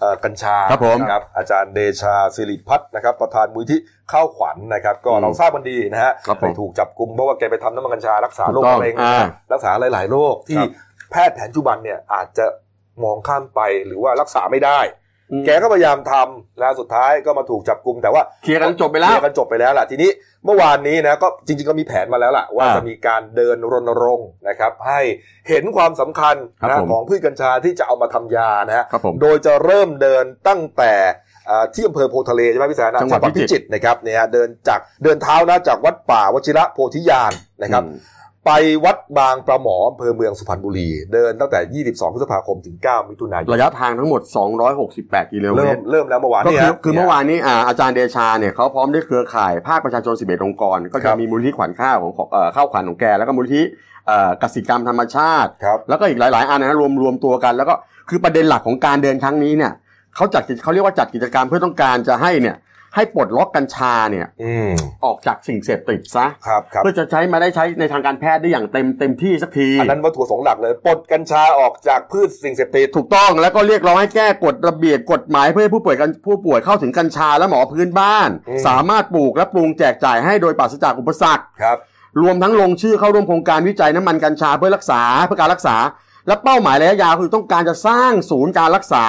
A: เอ่อกัญชา
B: ครับผม
A: นะครับอาจารย์เดชาสิริพัฒน์นะครับ ประธานมูลที่ข้าวขวัญนะครับ ก็เราทราบกันดีนะฮะ
B: ครับผม
A: ไปถูกจับกลุ่มเพราะว่าแกไปทำน้ำมันกัญชารักษา
B: ถูก
A: โรค
B: ต้อง
A: มะเร็ง
B: อ่า
A: รักษาหลาย ๆ โรคที่
B: ครับ
A: แพทย์แผนปัจจุบันเนี่ยอาจจะมองข้ามไปหรือว่ารักษาไม่ได้
B: อืม
A: แกก็พยายามทำนะสุดท้ายก็มาถูกจับกลุ่มแต่ว่า
B: เคลียร์กันจบไปแล้ว
A: เคลียร์กันจบไปแล้วล่ะ ทีนี้เมื่อวานนี้นะก็จริง ๆ ก็มีแผนมาแล้วล่ะ ว่า
B: อ่า
A: จะมีการเดินรณรงค์นะครับ ให้เห็นความสำคัญ
B: ครับ
A: นะ
B: ผม
A: ของพืชกัญชาที่จะเอามาทำยานะฮะ
B: ครับผม
A: โดยจะเริ่มเดินตั้งแต่เอ่อที่อำเภอโพธิ์ทะเลใช่ไหมพี่แสนนะ
B: จังหวัดพิจิตร
A: นะครับเนี่ยฮะเดินจากเดินเท้านะจากวัดป่าวชิระโพธิญาณนะครับ
B: อืม
A: ไป ไปวัดบางประหมออำเภอเมืองสุพรรณบุรี เดินตั้งแต่ 22 พฤษภาคมถึง 9 มิถุนายน
B: ระยะทางทั้งหมด 268 กิโลเม
A: เริ่
B: ต
A: ม
B: ร
A: เริ่มแล้วเมื่อวาน
B: ก็
A: เนี่ย
B: คือ
A: ฮะ
B: คือเมื่อวานนี้อ่าอาจารย์เดชาเนี่ยเขาพร้อมด้วยเครือข่ายภาคประชาชน 11 องค์กร
A: ค
B: ก็
A: รั
B: จะ
A: บ
B: มีมูลที่ขวัญข้าวของของเอ่อข้าวขวัญของแก แล้วก็มูลที่เอ่อกสิกรรมธรรมชาติ
A: ครับ
B: แล้วก็อีกหลาย ๆ อันนะรวมรวมตัวกัน แล้วก็คือประเด็นหลักของการเดินครั้งนี้เนี่ยเขาจัดกิจเขาเรียกว่าจัดกิจกรรมเพื่อต้องการจะให้เนี่ยให้ปลดล็อกกัญชาเนี่ย
A: อืม
B: ออกจากสิ่งเสพติดซะ
A: ครับครับ
B: เพื่อจะใช้มาได้ใช้ในทางการแพทย์ได้อย่างเต็มเต็มที่สักที
A: อันนั้นวัตถุประสงค์หลักเลยปลดกัญชาออกจากพืชสิ่งเสพติด
B: ถูกต้องแล้วก็เรียกร้องให้แก้กฎระเบียบกฎหมายเพื่อให้ผู้ป่วยกันผู้ป่วยเข้าถึงกัญชาและหมอพื้นบ้าน
A: อืม
B: สามารถปลูกและปรุงแจกจ่ายให้โดยปราศจากอุปสรรค
A: ครับ
B: รวมทั้งลงชื่อเข้าร่วมโครงการวิจัยน้ำมันกัญชาเพื่อรักษาเพื่อการรักษา และเป้าหมายระยะยาวคือต้องการจะสร้างศูนย์การรักษา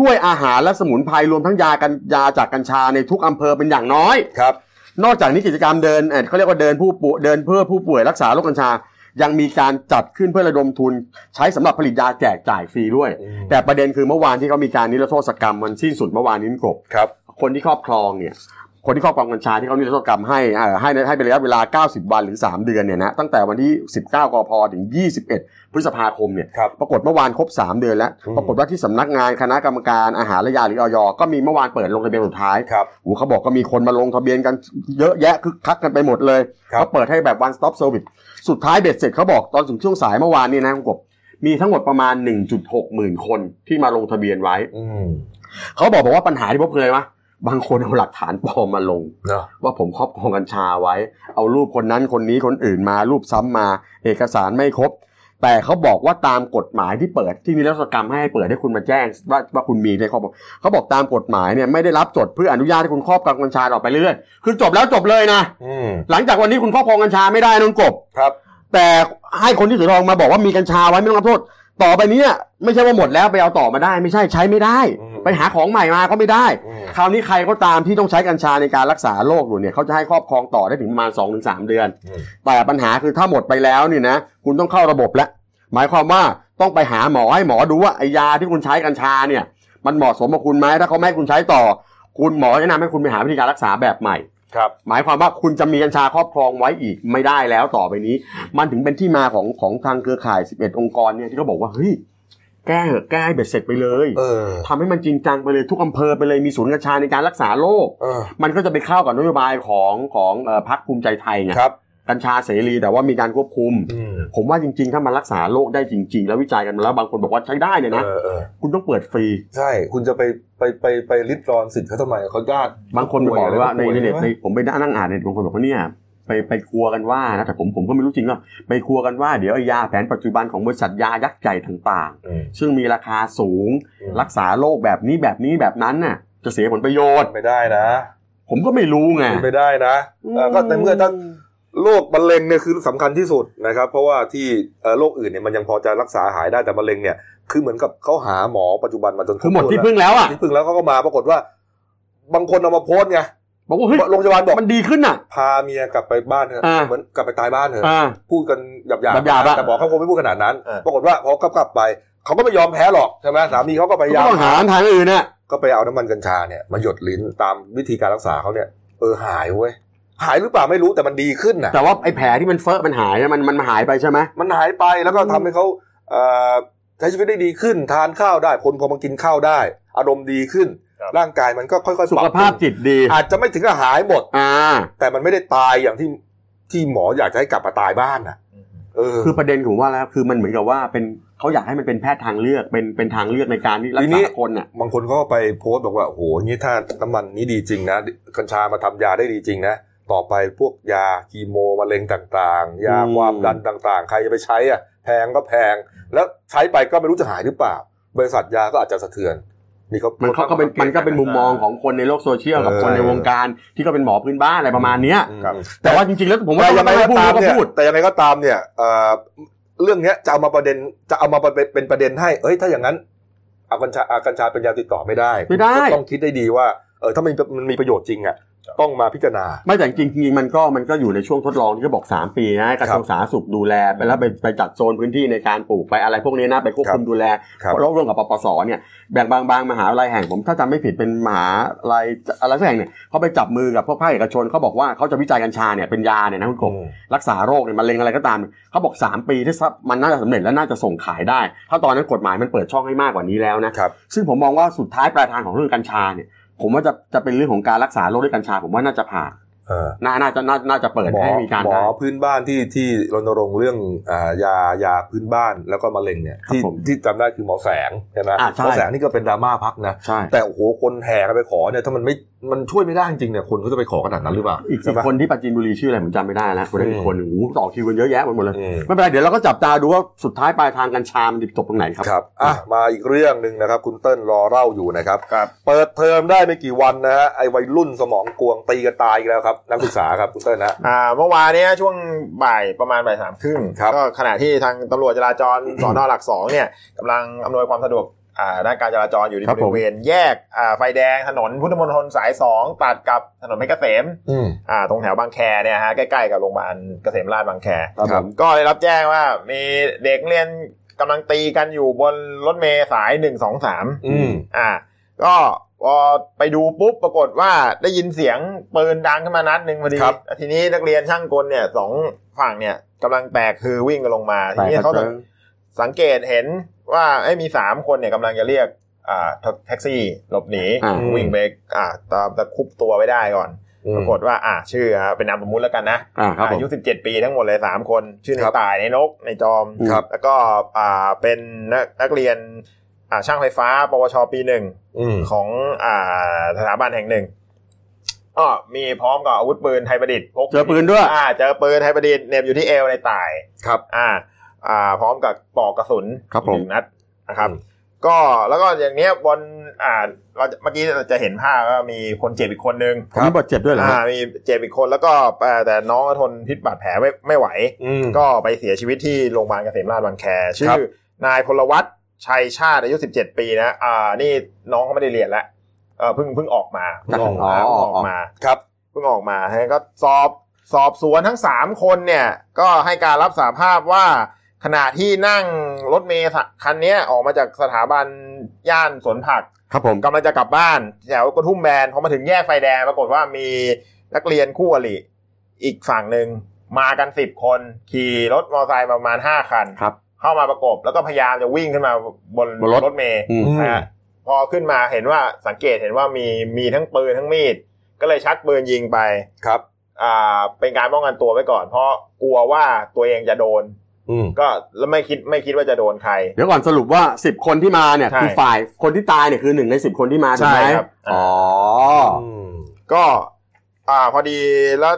B: ด้วยอาหารและสมุนไพรรวมทั้งยากันยาจากกัญชาในทุกอำเภอเป็นอย่างน้อย
A: ครับ
B: นอกจากนี้กิจกรรมเดินเอ่อเขาเรียกว่าเดินผู้ป่วยเดินเพื่อผู้ป่วยรักษาโรคกัญชา ยังมีการจัดขึ้นเพื่อระดมทุน ใช้สำหรับผลิตยาแจกจ่ายฟรีด้วย
A: อืม
B: แต่ประเด็นคือเมื่อวานที่เขามีการนิรโทษกรรมมันสิ้นสุดเมื่อวานนี้กบ
A: ครับ
B: คนที่ครอบครองเนี่ย คนที่ครอบครองกัญชาที่เขานิรโทษกรรมให้เอ่อให้ให้เป็นระยะเวลา 90 วันหรือ 3 เดือนเนี่ยนะตั้งแต่วันที่ 19 กพถึง 21 พฤษภาคมเนี่ย
A: ครับ
B: ปรากฏเมื่อวานครบ 3 เดือนแล้ว
A: อืม
B: ปรากฏว่าที่สำนักงานคณะกรรมการอาหารและยาหรืออยก็มีเมื่อวานเปิดลงทะเบียนสุดท้าย
A: ครับ
B: โอ้โหเขาบอกก็มีคนมาลงทะเบียนกันเยอะแยะคึกคักกันไปหมดเลย
A: ครับ
B: เขาเปิดให้แบบ one stop service สุดท้ายเบ็ดเสร็จเขาบอกตอนถึงช่วงสายเมื่อวานนี่นะคุณกบมีทั้งหมดประมาณ 1.6 หมื่นคนที่มาลงทะเบียนไว้
A: อืม
B: เขาบอกบอกว่าปัญหาที่พบเลยวะบางคนเอาหลักฐานปลอมมาลง
A: เนอะ
B: ว่าผมครอบครองกัญชาไว้ เอารูปคนนั้นคนนี้คนอื่นมารูปซ้ำมา เอกสารไม่ครบ แต่เขาบอกว่าตามกฎหมายที่เปิดที่นิรศกรรมให้เปิดให้คุณมาแจ้ง ว่าว่าคุณมีในครอบครองเขาบอกตามกฎหมายเนี่ยไม่ได้รับจดเพื่ออนุญาตให้คุณครอบครองกัญชาต่อไปเรื่อยๆคือจบแล้วจบเลยนะ
A: อืม
B: หลังจากวันนี้คุณครอบครองกัญชาไม่ได้นนกบ
A: ครับ
B: แต่ให้คนที่ถือรองมาบอกว่ามีกัญชาไว้ไม่ต้องรับโทษ ต่อไปเนี้ไม่ใช่ว่าหมดแล้วไปเอาต่อมาได้ ไม่ใช่ใช้ไม่ได้
A: อืม
B: ไปหาของใหม่มาก็ไม่ได้
A: อืม
B: คราวนี้ใครก็ตามที่ต้องใช้กัญชาในการรักษาโรคอยู่เนี่ยเขาจะให้ครอบครองต่อได้ถึงประมาณ 2-3 เดือน
A: อืม
B: แต่ปัญหาคือถ้าหมดไปแล้วนี่นะคุณต้องเข้าระบบแล้วหมายความว่าต้องไปหาหมอให้หมอดูว่าไอยาที่คุณใช้กัญชาเนี่ยมันเหมาะสมกับคุณไหมถ้าเขาไม่ให้คุณใช้ต่อ คุณหมอแนะนำให้คุณไปหาวิธีการรักษาแบบใหม่
A: ครับ
B: หมายความว่าคุณจะมีกัญชาครอบครองไว้อีกไม่ได้แล้วต่อไปนี้ มันถึงเป็นที่มาของของทางเครือข่าย 11 องค์กรเนี่ยที่เขาบอกว่าเฮ้ยแก้เหอะแก้ให้เบ็ดเสร็จไปเลย
A: เออ
B: ทำให้มันจริงจังไปเลยทุกอำเภอไปเลยมีศูนย์กัญชาในการรักษาโรค
A: เออ
B: มันก็จะไปเข้ากับนโยบายของของเอ่อพรรคภูมิใจไทยไง
A: ครับ
B: กัญชาเสรีแต่ว่ามีการควบคุม
A: อืม
B: ผมว่าจริงๆ ถ้ามันรักษาโรคได้จริง ๆ แล้ววิจัยกันมาแล้วบางคนบอกว่าใช้ได้เนี่ยนะ
A: เออเออ
B: คุณต้องเปิดฟรี
A: ใช่ คุณจะไปไปไปไปริดรอนสิทธิ์เขาทำไมเขาญาติ
B: บางคนไปบอกเลยว่าใน
A: ป่ย
B: ในเน็ต
A: ใช่ไหม
B: ในผมไปนั่งอ่านเน็ตบางคนบอกว่าเนี่ยไปไปครัวกันว่านะแต่ผมผมก็ไม่รู้จริงว่าไปครัวกันว่าเดี๋ยวไอ้ยาแผนปัจจุบันของบริษัทยายักษ์ใหญ่ต่าง
A: อืม
B: ๆ ซึ่งมีราคาสูง
A: อืม
B: รักษาโรคแบบนี้แบบนี้แบบนั้นน่ะจะเสียผลประโยชน์
A: ไม่ได้นะ
B: ผมก็ไม่รู้ไง
A: ไม่ได้นะเออก็ในเมื่อถ้า โรคมะเร็งเนี่ยคือสำคัญที่สุดนะครับ เพราะว่าที่เอ่อโรคอื่นเนี่ยมันยังพอจะรักษาหายได้แต่มะเร็งเนี่ยคือเหมือนกับเขาหาหมอปัจจุบันมาจน
B: คือหมดที่พึ่งแล้วอ่ะ
A: ที่พึ่งแล้วเขาก็มาปรากฏว่า บางคนเอามาโพสต์ไง
B: บอกว่าเฮ้ย
A: โรงพยาบาลบอก
B: มันดีขึ้นน่ะ
A: พาเมียกลับไปบ้านเถอะ
B: อ่า
A: เหมือนกลับไปตายบ้านเถอะ
B: อ่า
A: พูดกันหยาบๆ
B: หยาบๆอะ
A: แต่บอกเขาคงไม่พูดขนาดนั้น
C: เออ
A: ปรากฏว่าพอกลับๆไปเขาก็ไม่ยอมแพ้หรอกใช่ไหมสามีเขาก็พยายา
B: ก็
A: ม
B: ต้องหาทางอื่นน่ะ
A: ก็ไปเอาน้ำมันกัญชาเนี่ยมาหยดลิ้นตามวิธีการรักษาเขาเนี่ย เออหายเว้ยหายหรือเปล่าไม่รู้แต่มันดีขึ้นน่ะ
B: แต่ว่าไอ้แผลที่มันเฟอะมันหายนะมันมันหายไปใช่ไหม
A: มันหายไปแล้วก็
B: อืม
A: ทำให้เขาเอ่อใช้ชีวิตได้ดีขึ้น ทานข้าวได้คนพอมากินข้าวได้ อารมณ์ดีขึ้น
C: ครับ
A: ร่างกายมันก็ค่อยๆ
B: สุ
A: ปรั
B: ข
A: บ
B: ภาพจิตดี
A: อาจจะไม่ถึงกับหายหมด
B: อ่า
A: แต่มันไม่ได้ตายอย่างที่ที่หมออยากจะให้กลับมาตายบ้านน่ะ เออ
B: คือประเด็นผมว่าแล้วคือมันเหมือนกับว่าเป็นเขาอยากให้มันเป็นแพทย์ทางเลือกเป็นเป็นทางเลือกในการที่รักษาคนน่ะ
A: บางคนก็ไปโพสต์บอกว่าโอ้โหนี่ถ้าน้ำมันนี้ดีจริงนะกัญชามาทำยาได้ดีจริงนะต่อไปพวกยาคีโมมะเร็งต่างๆ ยาความดันต่างๆ ใครจะไปใช้อ่ะแพงก็แพง แล้วใช้ไปก็ไม่รู้จะหายหรือเปล่า บริษัทยาก็อาจจะสะเทือน นี่เขา
B: มันเขาก็เป็นมันก็เป็นมุมมองของคนในโลกโซเชียลกับ
A: เออ
B: คนในวงการที่ก็เป็นหมอพื้นบ้านอะไรประมาณเนี้ย
A: อืม
B: แต่ว่าจริงๆแล้วผมว่า
A: แต่ยัง
B: เรา
A: ไง
B: ไม่ได้
A: ก็
B: พูด
A: ตามเนี่ย
B: เราก็พูด
A: แต่ยังไงก็ตามเนี่ยเอ่อเรื่องเนี้ยจะเอามาประเด็นจะเอามาเป็นประเด็นให้ เอ้ยถ้าอย่างนั้นเอากัญชาเอากัญชาเป็นยาติดต่อไม่ได้
B: ไม่ได้
A: ต้องคิดได้ดีว่าเออถ้ามันมันมีประโยชน์จริงอ่ะ ต้องมาพิจารณา
B: ไม่แต่จริงจริงๆมันก็มันก็อยู่ในช่วงทดลองที่เขาบอก 3 ปีนะกระทรวงสาธารณสุขดูแลไปแล้วไปไปจัดโซนพื้นที่ในการปลูกไปอะไรพวกนี้นะไปควบคุมดูแล
A: ครับ
B: ร่วมร่วมกับปปสเนี่ยแบ่งบางบางมหาวิทยาลัยแห่งผมถ้าจำไม่ผิดเป็นมหาลัยอะไรสักแห่งเนี่ยเขาไปจับมือกับพวกภาคเอกชนเขาบอกว่าเขาจะวิจัยกัญชาเนี่ยเป็นยาเนี่ยนะคุณกบ รักษาโรคเนี่ยมะเร็งอะไรก็ตามเขาบอก 3 ปีที่มันน่าจะสำเร็จและน่าจะส่งขายได้ ถ้าตอนนั้นกฎหมายมันเปิดช่องให้มากกว่านี้แล้วนะครับ ซึ่งผมมองว่าสุดท้ายปลายทางของเรื่องกัญชาเนี่ย ผมว่าจะจะเป็นเรื่องของการรักษาโรคด้วยกัญชา ผมว่าน่าจะผ่าน
A: เออ
B: น่าน่าจะน่าน่าจะเปิด
A: หมอ
B: ให้มีการ
A: หมอ
B: ได้
A: พื้นบ้านที่ที่รณรงค์เรื่องอ่ายายาพื้นบ้านแล้วก็มะเร็งเนี่ย
B: ครับ
A: ที่
B: ผม
A: ที่จำได้คือหมอแสงใช่ไหม
B: อ่าใช่
A: หมอแสงนี่ก็เป็นดราม่าพักนะ
B: ใช่
A: แต่โอ้โหคนแห่กันไปขอเนี่ยถ้ามันไม่มันช่วยไม่ได้จริงๆเนี่ยคนก็จะไปขอขนาดนั้นหรือเปล่า
B: อีก
A: ใช่ไหม
B: คนที่ปราจีนบุรีชื่ออะไรผมจำไม่ได้แล้วคนนั้นอี
A: อื
B: ก
A: ม
B: คนหนึ่งโอ้โหต่อคิวกันเยอะแยะไปหมดเลย
A: อืม
B: ไม่เป็นไรเดี๋ยวเราก็จับตาดูว่าสุดท้ายปลายทางกัญชามันจะจบตรงไหนครับ
A: ครับ อ่ะ มาอีกเรื่องหนึ่งนะครับ คุณเติ้ลรอเล่าอยู่นะครับ
C: ครับ
A: เปิดเทอมได้ไม่กี่วันนะฮะ ไอ้วัยรุ่นสมองกวงตีกันตายอีกแล้วครับ นักศึกษาครับคุณเติ้ลนะ
E: อ่าเมื่อวานเนี้ยช่วงบ่ายประมาณบ่ายสามครึ่ง
A: ครับ
E: ก็ขณะที่ทางตำรวจจราจร สอนอหลักสองเนี่ยกำลังอำนวยความสะดวกอ่าด้านการจราจรอยู่ที่
B: ครับ
E: บ
B: ผม
E: ริเวณแยกอ่าไฟแดงถนนพุทธมณฑลสายสองตัดกับถนนเพชรเกษม
A: อืม
E: อ่าตรงแถวบางแคเนี่ยฮะใกล้ๆกับโรงพยาบาลเกษมราชบางแค
B: ครับ
A: ครับ
E: ก็ได้รับแจ้งว่ามีเด็กเรียนกำลังตีกันอยู่บนรถเมล์สายหนึ่งสองสาม
A: อืม
E: อ่าก็พอไปดูปุ๊บปรากฏว่าได้ยินเสียงปืนดังขึ้นมานัดหนึ่งพอดี
A: ครับ
E: ทีนี้นักเรียนช่างกลเนี่ยสองฝั่งเนี่ยกำลังแตกคือวิ่งกันลงมาที
B: แต่
E: นี้
B: ก็
E: เขา
B: เจอ
E: สังเกตเห็นว่าเอ้ยมีสามคนเนี่ยกำลังจะเรียกอ่าแท็กซี่หลบหนี
B: อ่า
A: ม
E: วิ่งไปอ่าตามตะครุบตัวไว้ได้ก่อน
A: อืม
E: ปรากฏว่าอ่าชื่อฮะเป็นนามสมมุติแล้วกันนะ
B: อ่าครับผม
E: อายุ17 ปีทั้งหมดเลย 3 คน ชื่อใน
A: ครับ
E: ตายในนกในจอม
A: ครับ
E: แล้วก็อ่าเป็นนักนักเรียนอ่าช่างไฟฟ้า ปวชปีหนึ่ง
A: อืม
E: ของอ่าสถาบันแห่งหนึ่งอ๋อมีพร้อมกับอาวุธปืนไทยประดิษฐ์พก
B: เจอปืนด้วย
E: อ่าเจอปืนไทยประดิษฐ์เหน็บอยู่ที่เอวในตาย
A: ครับ
E: อ่าอ่า พร้อมกับปลอกกระสุน
B: ครับผม
E: หนึ่งนัดนะครับ
A: อืม
E: ก็แล้วก็อย่างเนี้ยบนอ่าเราจะเมื่อกี้เราจะเห็นภาพว่ามีคนเจ็บอีกคนนึง
B: ผมมีบาดเจ็บด้วยเหรอฮะ
E: อ่ามีเจ็บอีกคนแล้วก็เอ่อแต่น้องก็ทนพิษบาดแผลไม่ไม่ไหว
A: อืม
E: ก็ไปเสียชีวิตที่โรงพยาบาลเกษมราชบางแค ชื่
A: ครั
E: อบ นายพลวัตชัยชาติอายุ 17 ปีนะอ่านี่น้องเขาไม่ได้เรียนแล้วเอ่อเพิ่งเพิ่งออกมาเพิ่งออก
B: อ๋อ
E: มา
B: อ๋
E: เพิ่
B: อง
E: ออกมา
A: ครับ
E: เพิ่งออกมาฮะก็สอบสอบสวนทั้ง 3 คนเนี่ย ก็ให้การรับสาภาพว่าขณะที่นั่งรถเมล์คันเนี้ยออกมาจากสถาบันย่านสวนผัก
B: ครับผม
E: กำลังจะกลับบ้านแถวกระทุ่มแบนพอมาถึงแยกไฟแดงปรากฏว่ามีนักเรียนคู่อริอีกฝั่งหนึ่งมากันสิบคน ขี่รถมอเตอร์ไซค์ประมาณห้าคัน
B: ครับ
E: เข้ามาประกบแล้วก็พยายามจะวิ่งขึ้นมาบน
B: บนรถ
E: รถเมย์
B: อืม
E: นะฮะพอขึ้นมาเห็นว่าสังเกตเห็นว่ามีมีทั้งปืนทั้งมีด ก็เลยชักปืนยิงไป
A: ครับ
E: อ่าเป็นการป้องกันตัวไว้ก่อน เพราะกลัวว่าตัวเองจะโดน
A: อืม
E: ก็แล้วไม่คิดไม่คิดว่าจะโดนใคร
B: เดี๋ยวก่อนสรุปว่า 10 คนที่มาเนี่ย
E: ใช่
B: คือฝ่ายคนที่ตายเนี่ยคือหนึ่งใน 10 คนที่มาถูกไหม
E: ใช่ครับ
B: อ๋อ
A: ม
E: ก็อ่าพอดีแล้ว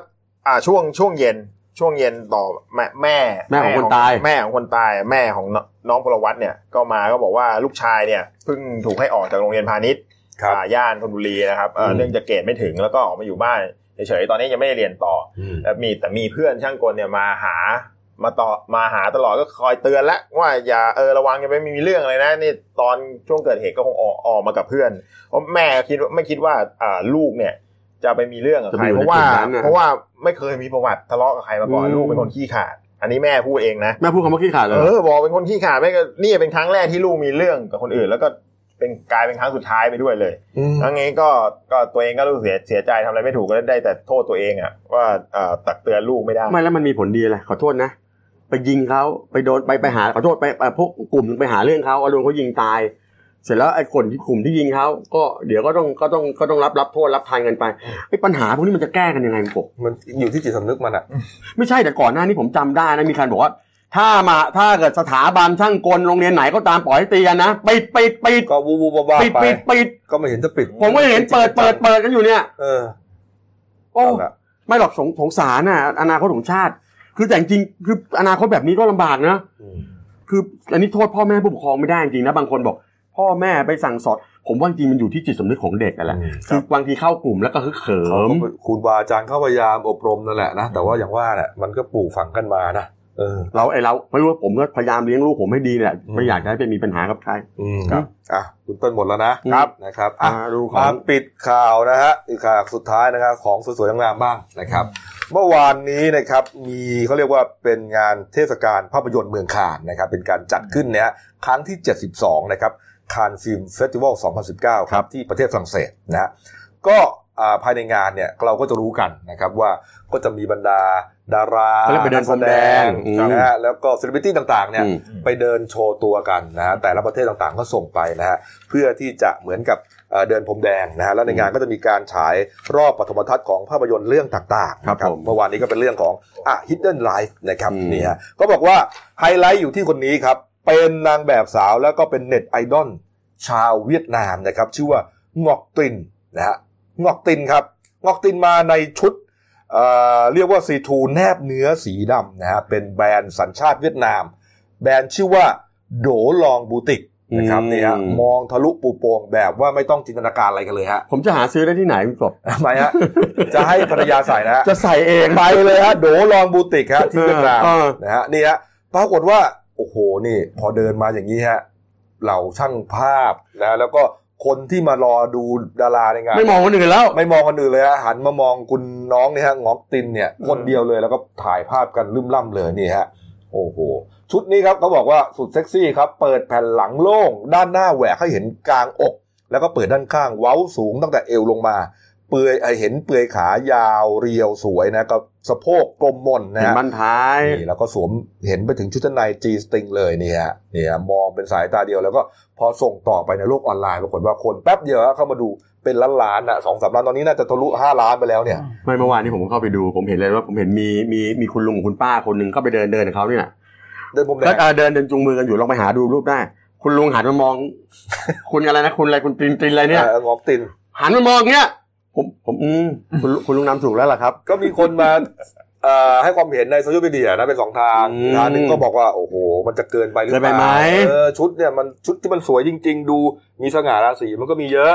E: อ่าช่วงช่วงเย็นช่วงเย็นต่อแม่แม่
B: แม่ของคนตาย
E: แม่ของคนตายแม่ของนน้องพลวัตเนี่ยก็มาก็บอกว่าลูกชายเนี่ยเพิ่งถูกให้ออกจากโรงเรียนพาณิชย์
A: ครับ
E: อ่าย่านธนบุรีนะครับเอ่อ
A: อืม
E: เนื่องจากเกรดไม่ถึงแล้วก็ออกมาอยู่บ้านเฉยๆตอนนี้ยังไม่ได้เรียนต่อ
A: อืม
E: แต่มีแต่มีเพื่อนช่างกลเนี่ยมาหามาต่อมาหาตลอดก็คอยเตือนแล้วว่าอย่าเออระวังอย่าไปมีเรื่องอะไรนะนี่ตอนช่วงเกิดเหตุก็คงออกออกมากับเพื่อน เพราะแม่คิดว่าไม่คิดว่าอ่าลูกเนี่ยจะไปมีเรื่องกับ
B: จะ
E: ใคร
B: ไปอยู่
E: เพราะว่า
B: ในกลุ่มนั้นน่ะ
E: เพราะว่าไม่เคยมีประวัติทะเลาะกับใครมาก่อน
B: อืม
E: ลูกเป็นคนขี้ขลาด อันนี้แม่พูดเองนะ
B: แม่พูดคำว่าขี้ขลาดเลย
E: เออบอกเป็นคนขี้ขลาดแม่ก็นี่เป็นครั้งแรกที่ลูกมีเรื่องกับคนอื่น แล้วก็เป็นกลายเป็นครั้งสุดท้ายไปด้วยเลย
A: อืม
E: ทั้งนี้ก็ก็ตัวเองก็รู้สึกเสียเสียใจทำอะไรไม่ถูกก็ได้แต่โทษตัวเองอะว่าอ่าตักเตือนลูกไม่ได้
B: ไม่แล้วมันมีผลดีอะไรขอโทษนะ ไปยิงเขาไปโดนไปไปหาขอโทษไปไปพวกกลุ่มหนึ่งไปหาเรื่องเขาเอาโดนเขายิงตาย เสร็จแล้วไอ้คนที่กลุ่มที่ยิงเขาก็เดี๋ยวก็ต้องก็ต้องก็ต้องรับรับโทษรับทานกันไปไอ้ปัญหาพวกนี้มันจะแก้กันยังไงครับ
A: มันอยู่ที่จิตสำนึกมันอ่ะ
B: ไม่ใช่แต่ก่อนหน้านี้ผมจำได้นะมีใครบอกว่า ถ้ามาถ้าเกิดสถาบันช่างกลโรงเรียนไหนก็ตามปล่อยให้ตีกันนะปิดปิดปิด
A: ก็วูบๆบ้า
B: ปิด
A: ๆไป
B: ปิดปิด
A: ก็ไม่เห็นจะปิด
B: ผมก็เห็นเปิดเปิดเปิดกันอยู่เนี่ย
A: เออ
B: โอ้
A: นั่นแหละ
B: ไม่หรอกสงสงสารน่ะอนาคตของชาติ คือแต่จริงๆคืออนาคตแบบนี้ก็ลำบากนะ
A: อืม
B: คืออันนี้โทษพ่อแม่ผู้ปกครองไม่ได้จริงนะบางคนบอก พ่อแม่ไปสั่งสอนผมว่าจริงมันอยู่ที่จิตสำนึกของเด็กนั่นแหละ
A: อืม
B: คือบางทีเข้ากลุ่มแล้วก็ฮึกเหิม
A: ครูบาอาจารย์เขาพยายามอบรมนั่นแหละนะ แต่ว่าอย่างว่าแหละมันก็ปลูกฝังกันมานะ เออ
B: เราไอเราไม่รู้ว่าผมก็พยายามเลี้ยงลูกผมให้ดีเนี่ยไม่อยากจะให้ไปมีปัญหากับใคร
A: อืม
B: ครับ
A: อ่ะคุณต้นหมดแล้วนะครับ นะครับ
B: อ่ะ
A: อ่ะ
B: ดูขอ
A: มาง ปิดข่าวนะฮะอีกข่าวสุดท้ายนะครับของสวยๆงามๆบ้างนะครับ เมื่อวานนี้นะครับมีเขาเรียกว่าเป็นงานเทศกาลภาพยนตร์เมืองคานนะครับเป็นการจัดขึ้นเนี่ยฮะครั้งที่ 72 นะครับคานฟิล์มเฟสติวัล 2019 ครับที่ประเทศฝรั่งเศสนะฮะก็อ่าภายในงานเนี่ยเราก็จะรู้กันนะครับว่าก็จะมีบรรดาดารา
B: เขาเรียกไปเดินพรมแดงอืม
A: นะฮะแล้วก็เซเลบริตี้ต่างๆเนี่ย
B: อืม
A: ไปเดินโชว์ตัวกันนะฮะแต่ละประเทศต่างๆก็ส่งไปนะฮะเพื่อที่จะเหมือนกับเอ่อเดินพรมแดงนะฮะแล้วในงานก็จะมีการฉายรอบปฐมทัศน์ของภาพยนตร์เรื่องต่างๆ
B: ครับ
A: นะ
B: ผม
A: เมื่อวานนี้ก็เป็นเรื่องของอ่ะ Hidden Life นะครับ
B: อืม
A: นี่ฮะก็บอกว่าไฮไลท์อยู่ที่คนนี้ครับ เป็นนางแบบสาวแล้วก็เป็นเน็ตไอดอลชาวเวียดนามนะครับ ชื่อว่า งอกตินนะฮะงอกตินครับ งอกตินมาในชุด เอ่อเรียกว่าซีทูแนบเนื้อสีดำนะฮะเป็นแบรนด์สัญชาติเวียดนาม แบรนด์ชื่อว่า โดลองบูติกนะครับ
B: อืม
A: เนี่ยฮะมองทะลุปูโปรงแบบว่าไม่ต้องจินตนาการอะไรกันเลยฮะ
B: ผมจะหาซื้อได้ที่ไหนคุณกบ
A: ทำไมฮะ จะให้ภรรยาใส่นะฮะ
B: จะใส่เอง
A: ไปเลยฮะโดลองบูติกฮะที่เวียดนาม
B: เออ
A: นะฮะนี่ฮะปรากฏว่า โอ้โหนี่ พอเดินมาอย่างนี้ฮะเหล่าช่างภาพนะแล้วก็คนที่มารอดูดาราในงาน
B: ไม่มองคนอื่นแล้ว
A: ไม่มองคนอื่นเลยฮะหันมามองคุณน้องเนี่ยฮะงอกตินเนี่ย คนเดียวเลยแล้วก็ถ่ายภาพกันลืมล่ำเลยนี่ฮะโอ้โหชุดนี้ครับเขาบอกว่าสุดเซ็กซี่ครับ เปิดแผ่นหลังโล่ง ด้านหน้าแหวกให้เห็นกลางอก แล้วก็เปิดด้านข้างเว้าสูงตั้งแต่เอวลงมา เปลือยเอ่อเห็นเปลือยขายาวเรียวสวยนะกับสะโพกกลมมนนะ
B: เห็น
A: ฮะ
B: บันท้าย
A: นี่แล้วก็สวมเห็นไปถึงชุดชั้นในจีสติงเลยนี่ฮะนี่ฮะมองเป็นสายตาเดียวแล้วก็พอส่งต่อไปในโลกออนไลน์ปรากฏว่าคนแป๊บเดียวฮะเข้ามาดูเป็นล้านล้านๆอ่ะสองสามล้านตอนนี้น่าจะทะลุห้าล้านไปแล้วเนี่ย
B: ไม่เมื่อวานนี้ผมเข้าไปดูผมเห็นเลยว่าผมเห็นมีมีมีคุณลุงกับคุณป้าคนหนึ่งเข้าไปเดินเดินกับเขาเนี่ย
A: เดินมุมไหน
B: ก็เดินเดินจูงมือกันอยู่ลองไปหาดูรูปได้ คุณลุงหันมามอง คุณอะไรนะคุณอะไรคุณตินตินอะไรเนี่ย
A: เอ่องอกติน
B: หันมามองเนี่ยผมผมอืมคุณลุงคุณลุงนำถูกแล้วล่ะครับ
A: ก็มีคนมา เอ่อให้ความเห็นในโซเชียลมีเดียนะเป็นสองทาง
B: อืม
A: ทางหนึ่งก็บอกว่าโอ้โห มันจะเกินไปหรือเป
B: เกินไปไหม
A: ล่าเออชุดเนี่ยมันชุดที่มันสวยจริง ๆ ดูมีสง่าราศีมันก็มีเยอะ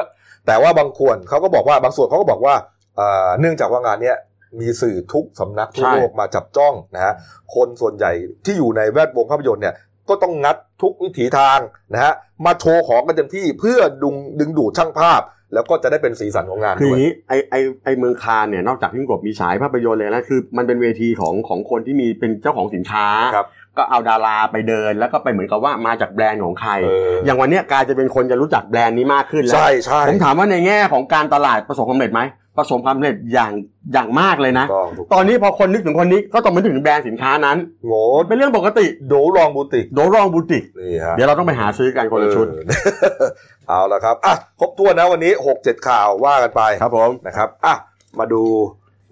A: แต่ว่าบางคนเขาก็บอกว่าบางส่วนเขาก็บอกว่าเอ่อเนื่องจากว่างานเนี้ยมีสื่อทุกสำนักทั่วโลกมาจับจ้องนะฮะคนส่วนใหญ่ที่อยู่ในแวดวงภาพยนตร์เนี่ยก็ต้องงัดทุกวิถีทางนะฮะมาโชว์ของกันเต็มที่เพื่อดึงดึงดูดช่างภาพ แล้วก็จะได้เป็นสีสันของงาน
B: คืออ
A: ด้วย
B: ย่างนี้ไอไอไอเมืองคานเนี่ยนอกจากที่กบมีฉายภาพยนตร์เลยนะคือ มันเป็นเวทีของของคนที่มีเป็นเจ้าของสินค้า
A: ครับ
B: ก็เอาดาราไปเดินแล้วก็ไปเหมือนกับว่ามาจากแบรนด์ของใคร
A: เอออ
B: อย่างวันเนี้ยกลายจะเป็นคนจะรู้จักแบรนด์นี้มากขึ้นแล้ว
A: ใช่ใช่
B: ผมถามว่าในแง่ของการตลาดประสบความสำเร็จไหมประสบความสำเร็จอย่างอย่างมากเลยนะ
A: ต้องถูก
B: ตอนนี้พอคนนึกถึงคนนี้ก็ต้องมานึกถึงแบรนด์สินค้านั้น
A: โง่
B: เป็นเรื่องปกติ
A: โดลองบูติก
B: โดรองบูติก
A: นี่ฮะ
B: เดี๋ยวเราต้องไปหาซื้อกันคนละชุด
A: เออ เอาละครับอ่ะครบถ้วนนะวันนี้หกเจ็ดข่าวว่ากันไป
B: ครับผม
A: นะครับอ่ะมาดู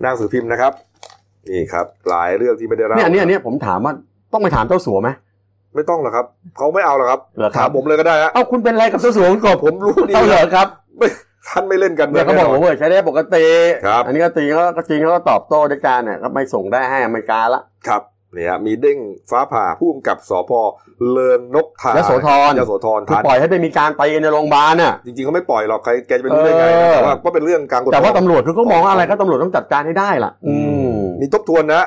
A: หนังสือพิมพ์นะครับ นี่ครับ หลายเรื่องที่ไม่ได้รับ
B: เนี่ยเนี่ยเนี่ยผมถามว่าต้องไปถามเจ้าสัวไหม
A: ไม่ต้องหรอกครับเขาไม่เอาหรอกครับ
B: เหรอครับ
A: ถามผมเลยก็ได้ฮะ
B: เอ้าคุณเป็นอะไรกับเจ้าสัวคุณกบ
A: ผมรู้ดี
B: เอาเหรอครับ
A: ไม่ท่านไม่เล่นกันมื
B: เดี๋ย
A: ง
B: วเขาบอก
A: แน่นน
B: ว่าเว้ยใช้ได้ปกติ
A: ครับ
B: อันนี้ก็ตีเขาก็จริงเขาก็ตอบโต้ด้วยการเนี่ยก็ไม่ส่งได้ให้อเมริกาละ
A: ครับเนี่ยฮะมีเด้งฟ้าผ่าผู้กำกับสพเลิงนกทาย
B: โสธร
A: ยโสธร
B: คือ
A: ทาน
B: ปล่อยให้ไปมีการไปกันในโรงพยาบาลน่ะ
A: จริงๆเขาไม่ปล่อยหรอกใครแกจะไปรู้ได้ไง
B: เออ
A: แต่ว่าก็เป็นเรื่องกลางกฎหมาย
B: แต่ว่าตำรวจคือก็มองว่าอะไรก็ตำรวจต้องจัดการให้ได้ล่ะ อืม
A: มีทบทวนนะ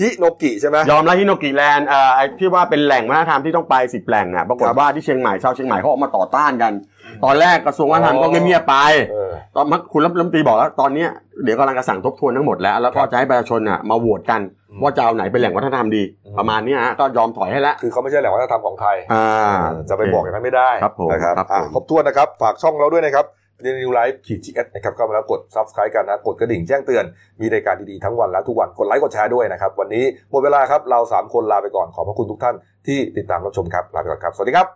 A: ฮิโนกิใช่ไหม
B: ยอมแล้วฮิโนกิแลนด์เอ่อไอ้ที่ว่าเป็นแหล่งวัฒนธรรมที่ต้องไปสิบแหล่งน่ะปรากฏว่าที่เชียงใหม่ชาวเชียงใหม่เขาออกมาต่อต้านกัน ตอนแรกกระทรวงวัฒนธรรมก็เงียบๆไป
A: เออ
B: ตอนมาคุณรัฐมนตรีบอกแล้วตอนเนี้ยเดี๋ยวกำลังจะสั่งทบทวนทั้งหมดแล้ว แล้วก็จะให้ประชาชนน่ะมาโหวตกัน
A: อืม
B: ว่าจะเอาไหนเป็นแหล่งวัฒนธรรมดี
A: อืม
B: ประมาณเนี้ยฮะก็ยอมถอยให้ละ
A: คือเขาไม่ใช่แหล่งวัฒนธรรมของไทย
B: อ่า啊
A: จะไปบอกอย่างนั้นไม่ได้
B: ครับผม
A: นะครับ
B: ครับผม
A: อ่ะครบถ้วนนะครับ ฝากช่องเราด้วยนะครับเดนิวไลฟ์ขีดจีเอสนะครับเข้ามาแล้วกด subscribe กันนะ กดกระดิ่งแจ้งเตือน มีรายการดีๆทั้งวันและทุกวัน กดไลค์กดแชร์ด้วยนะครับ วันนี้หมดเวลาครับ เรา 3 คนลาไปก่อน ขอบพระคุณทุกท่านที่ติดตามรับชมครับ ลาไปก่อนครับ สวัสดีครับ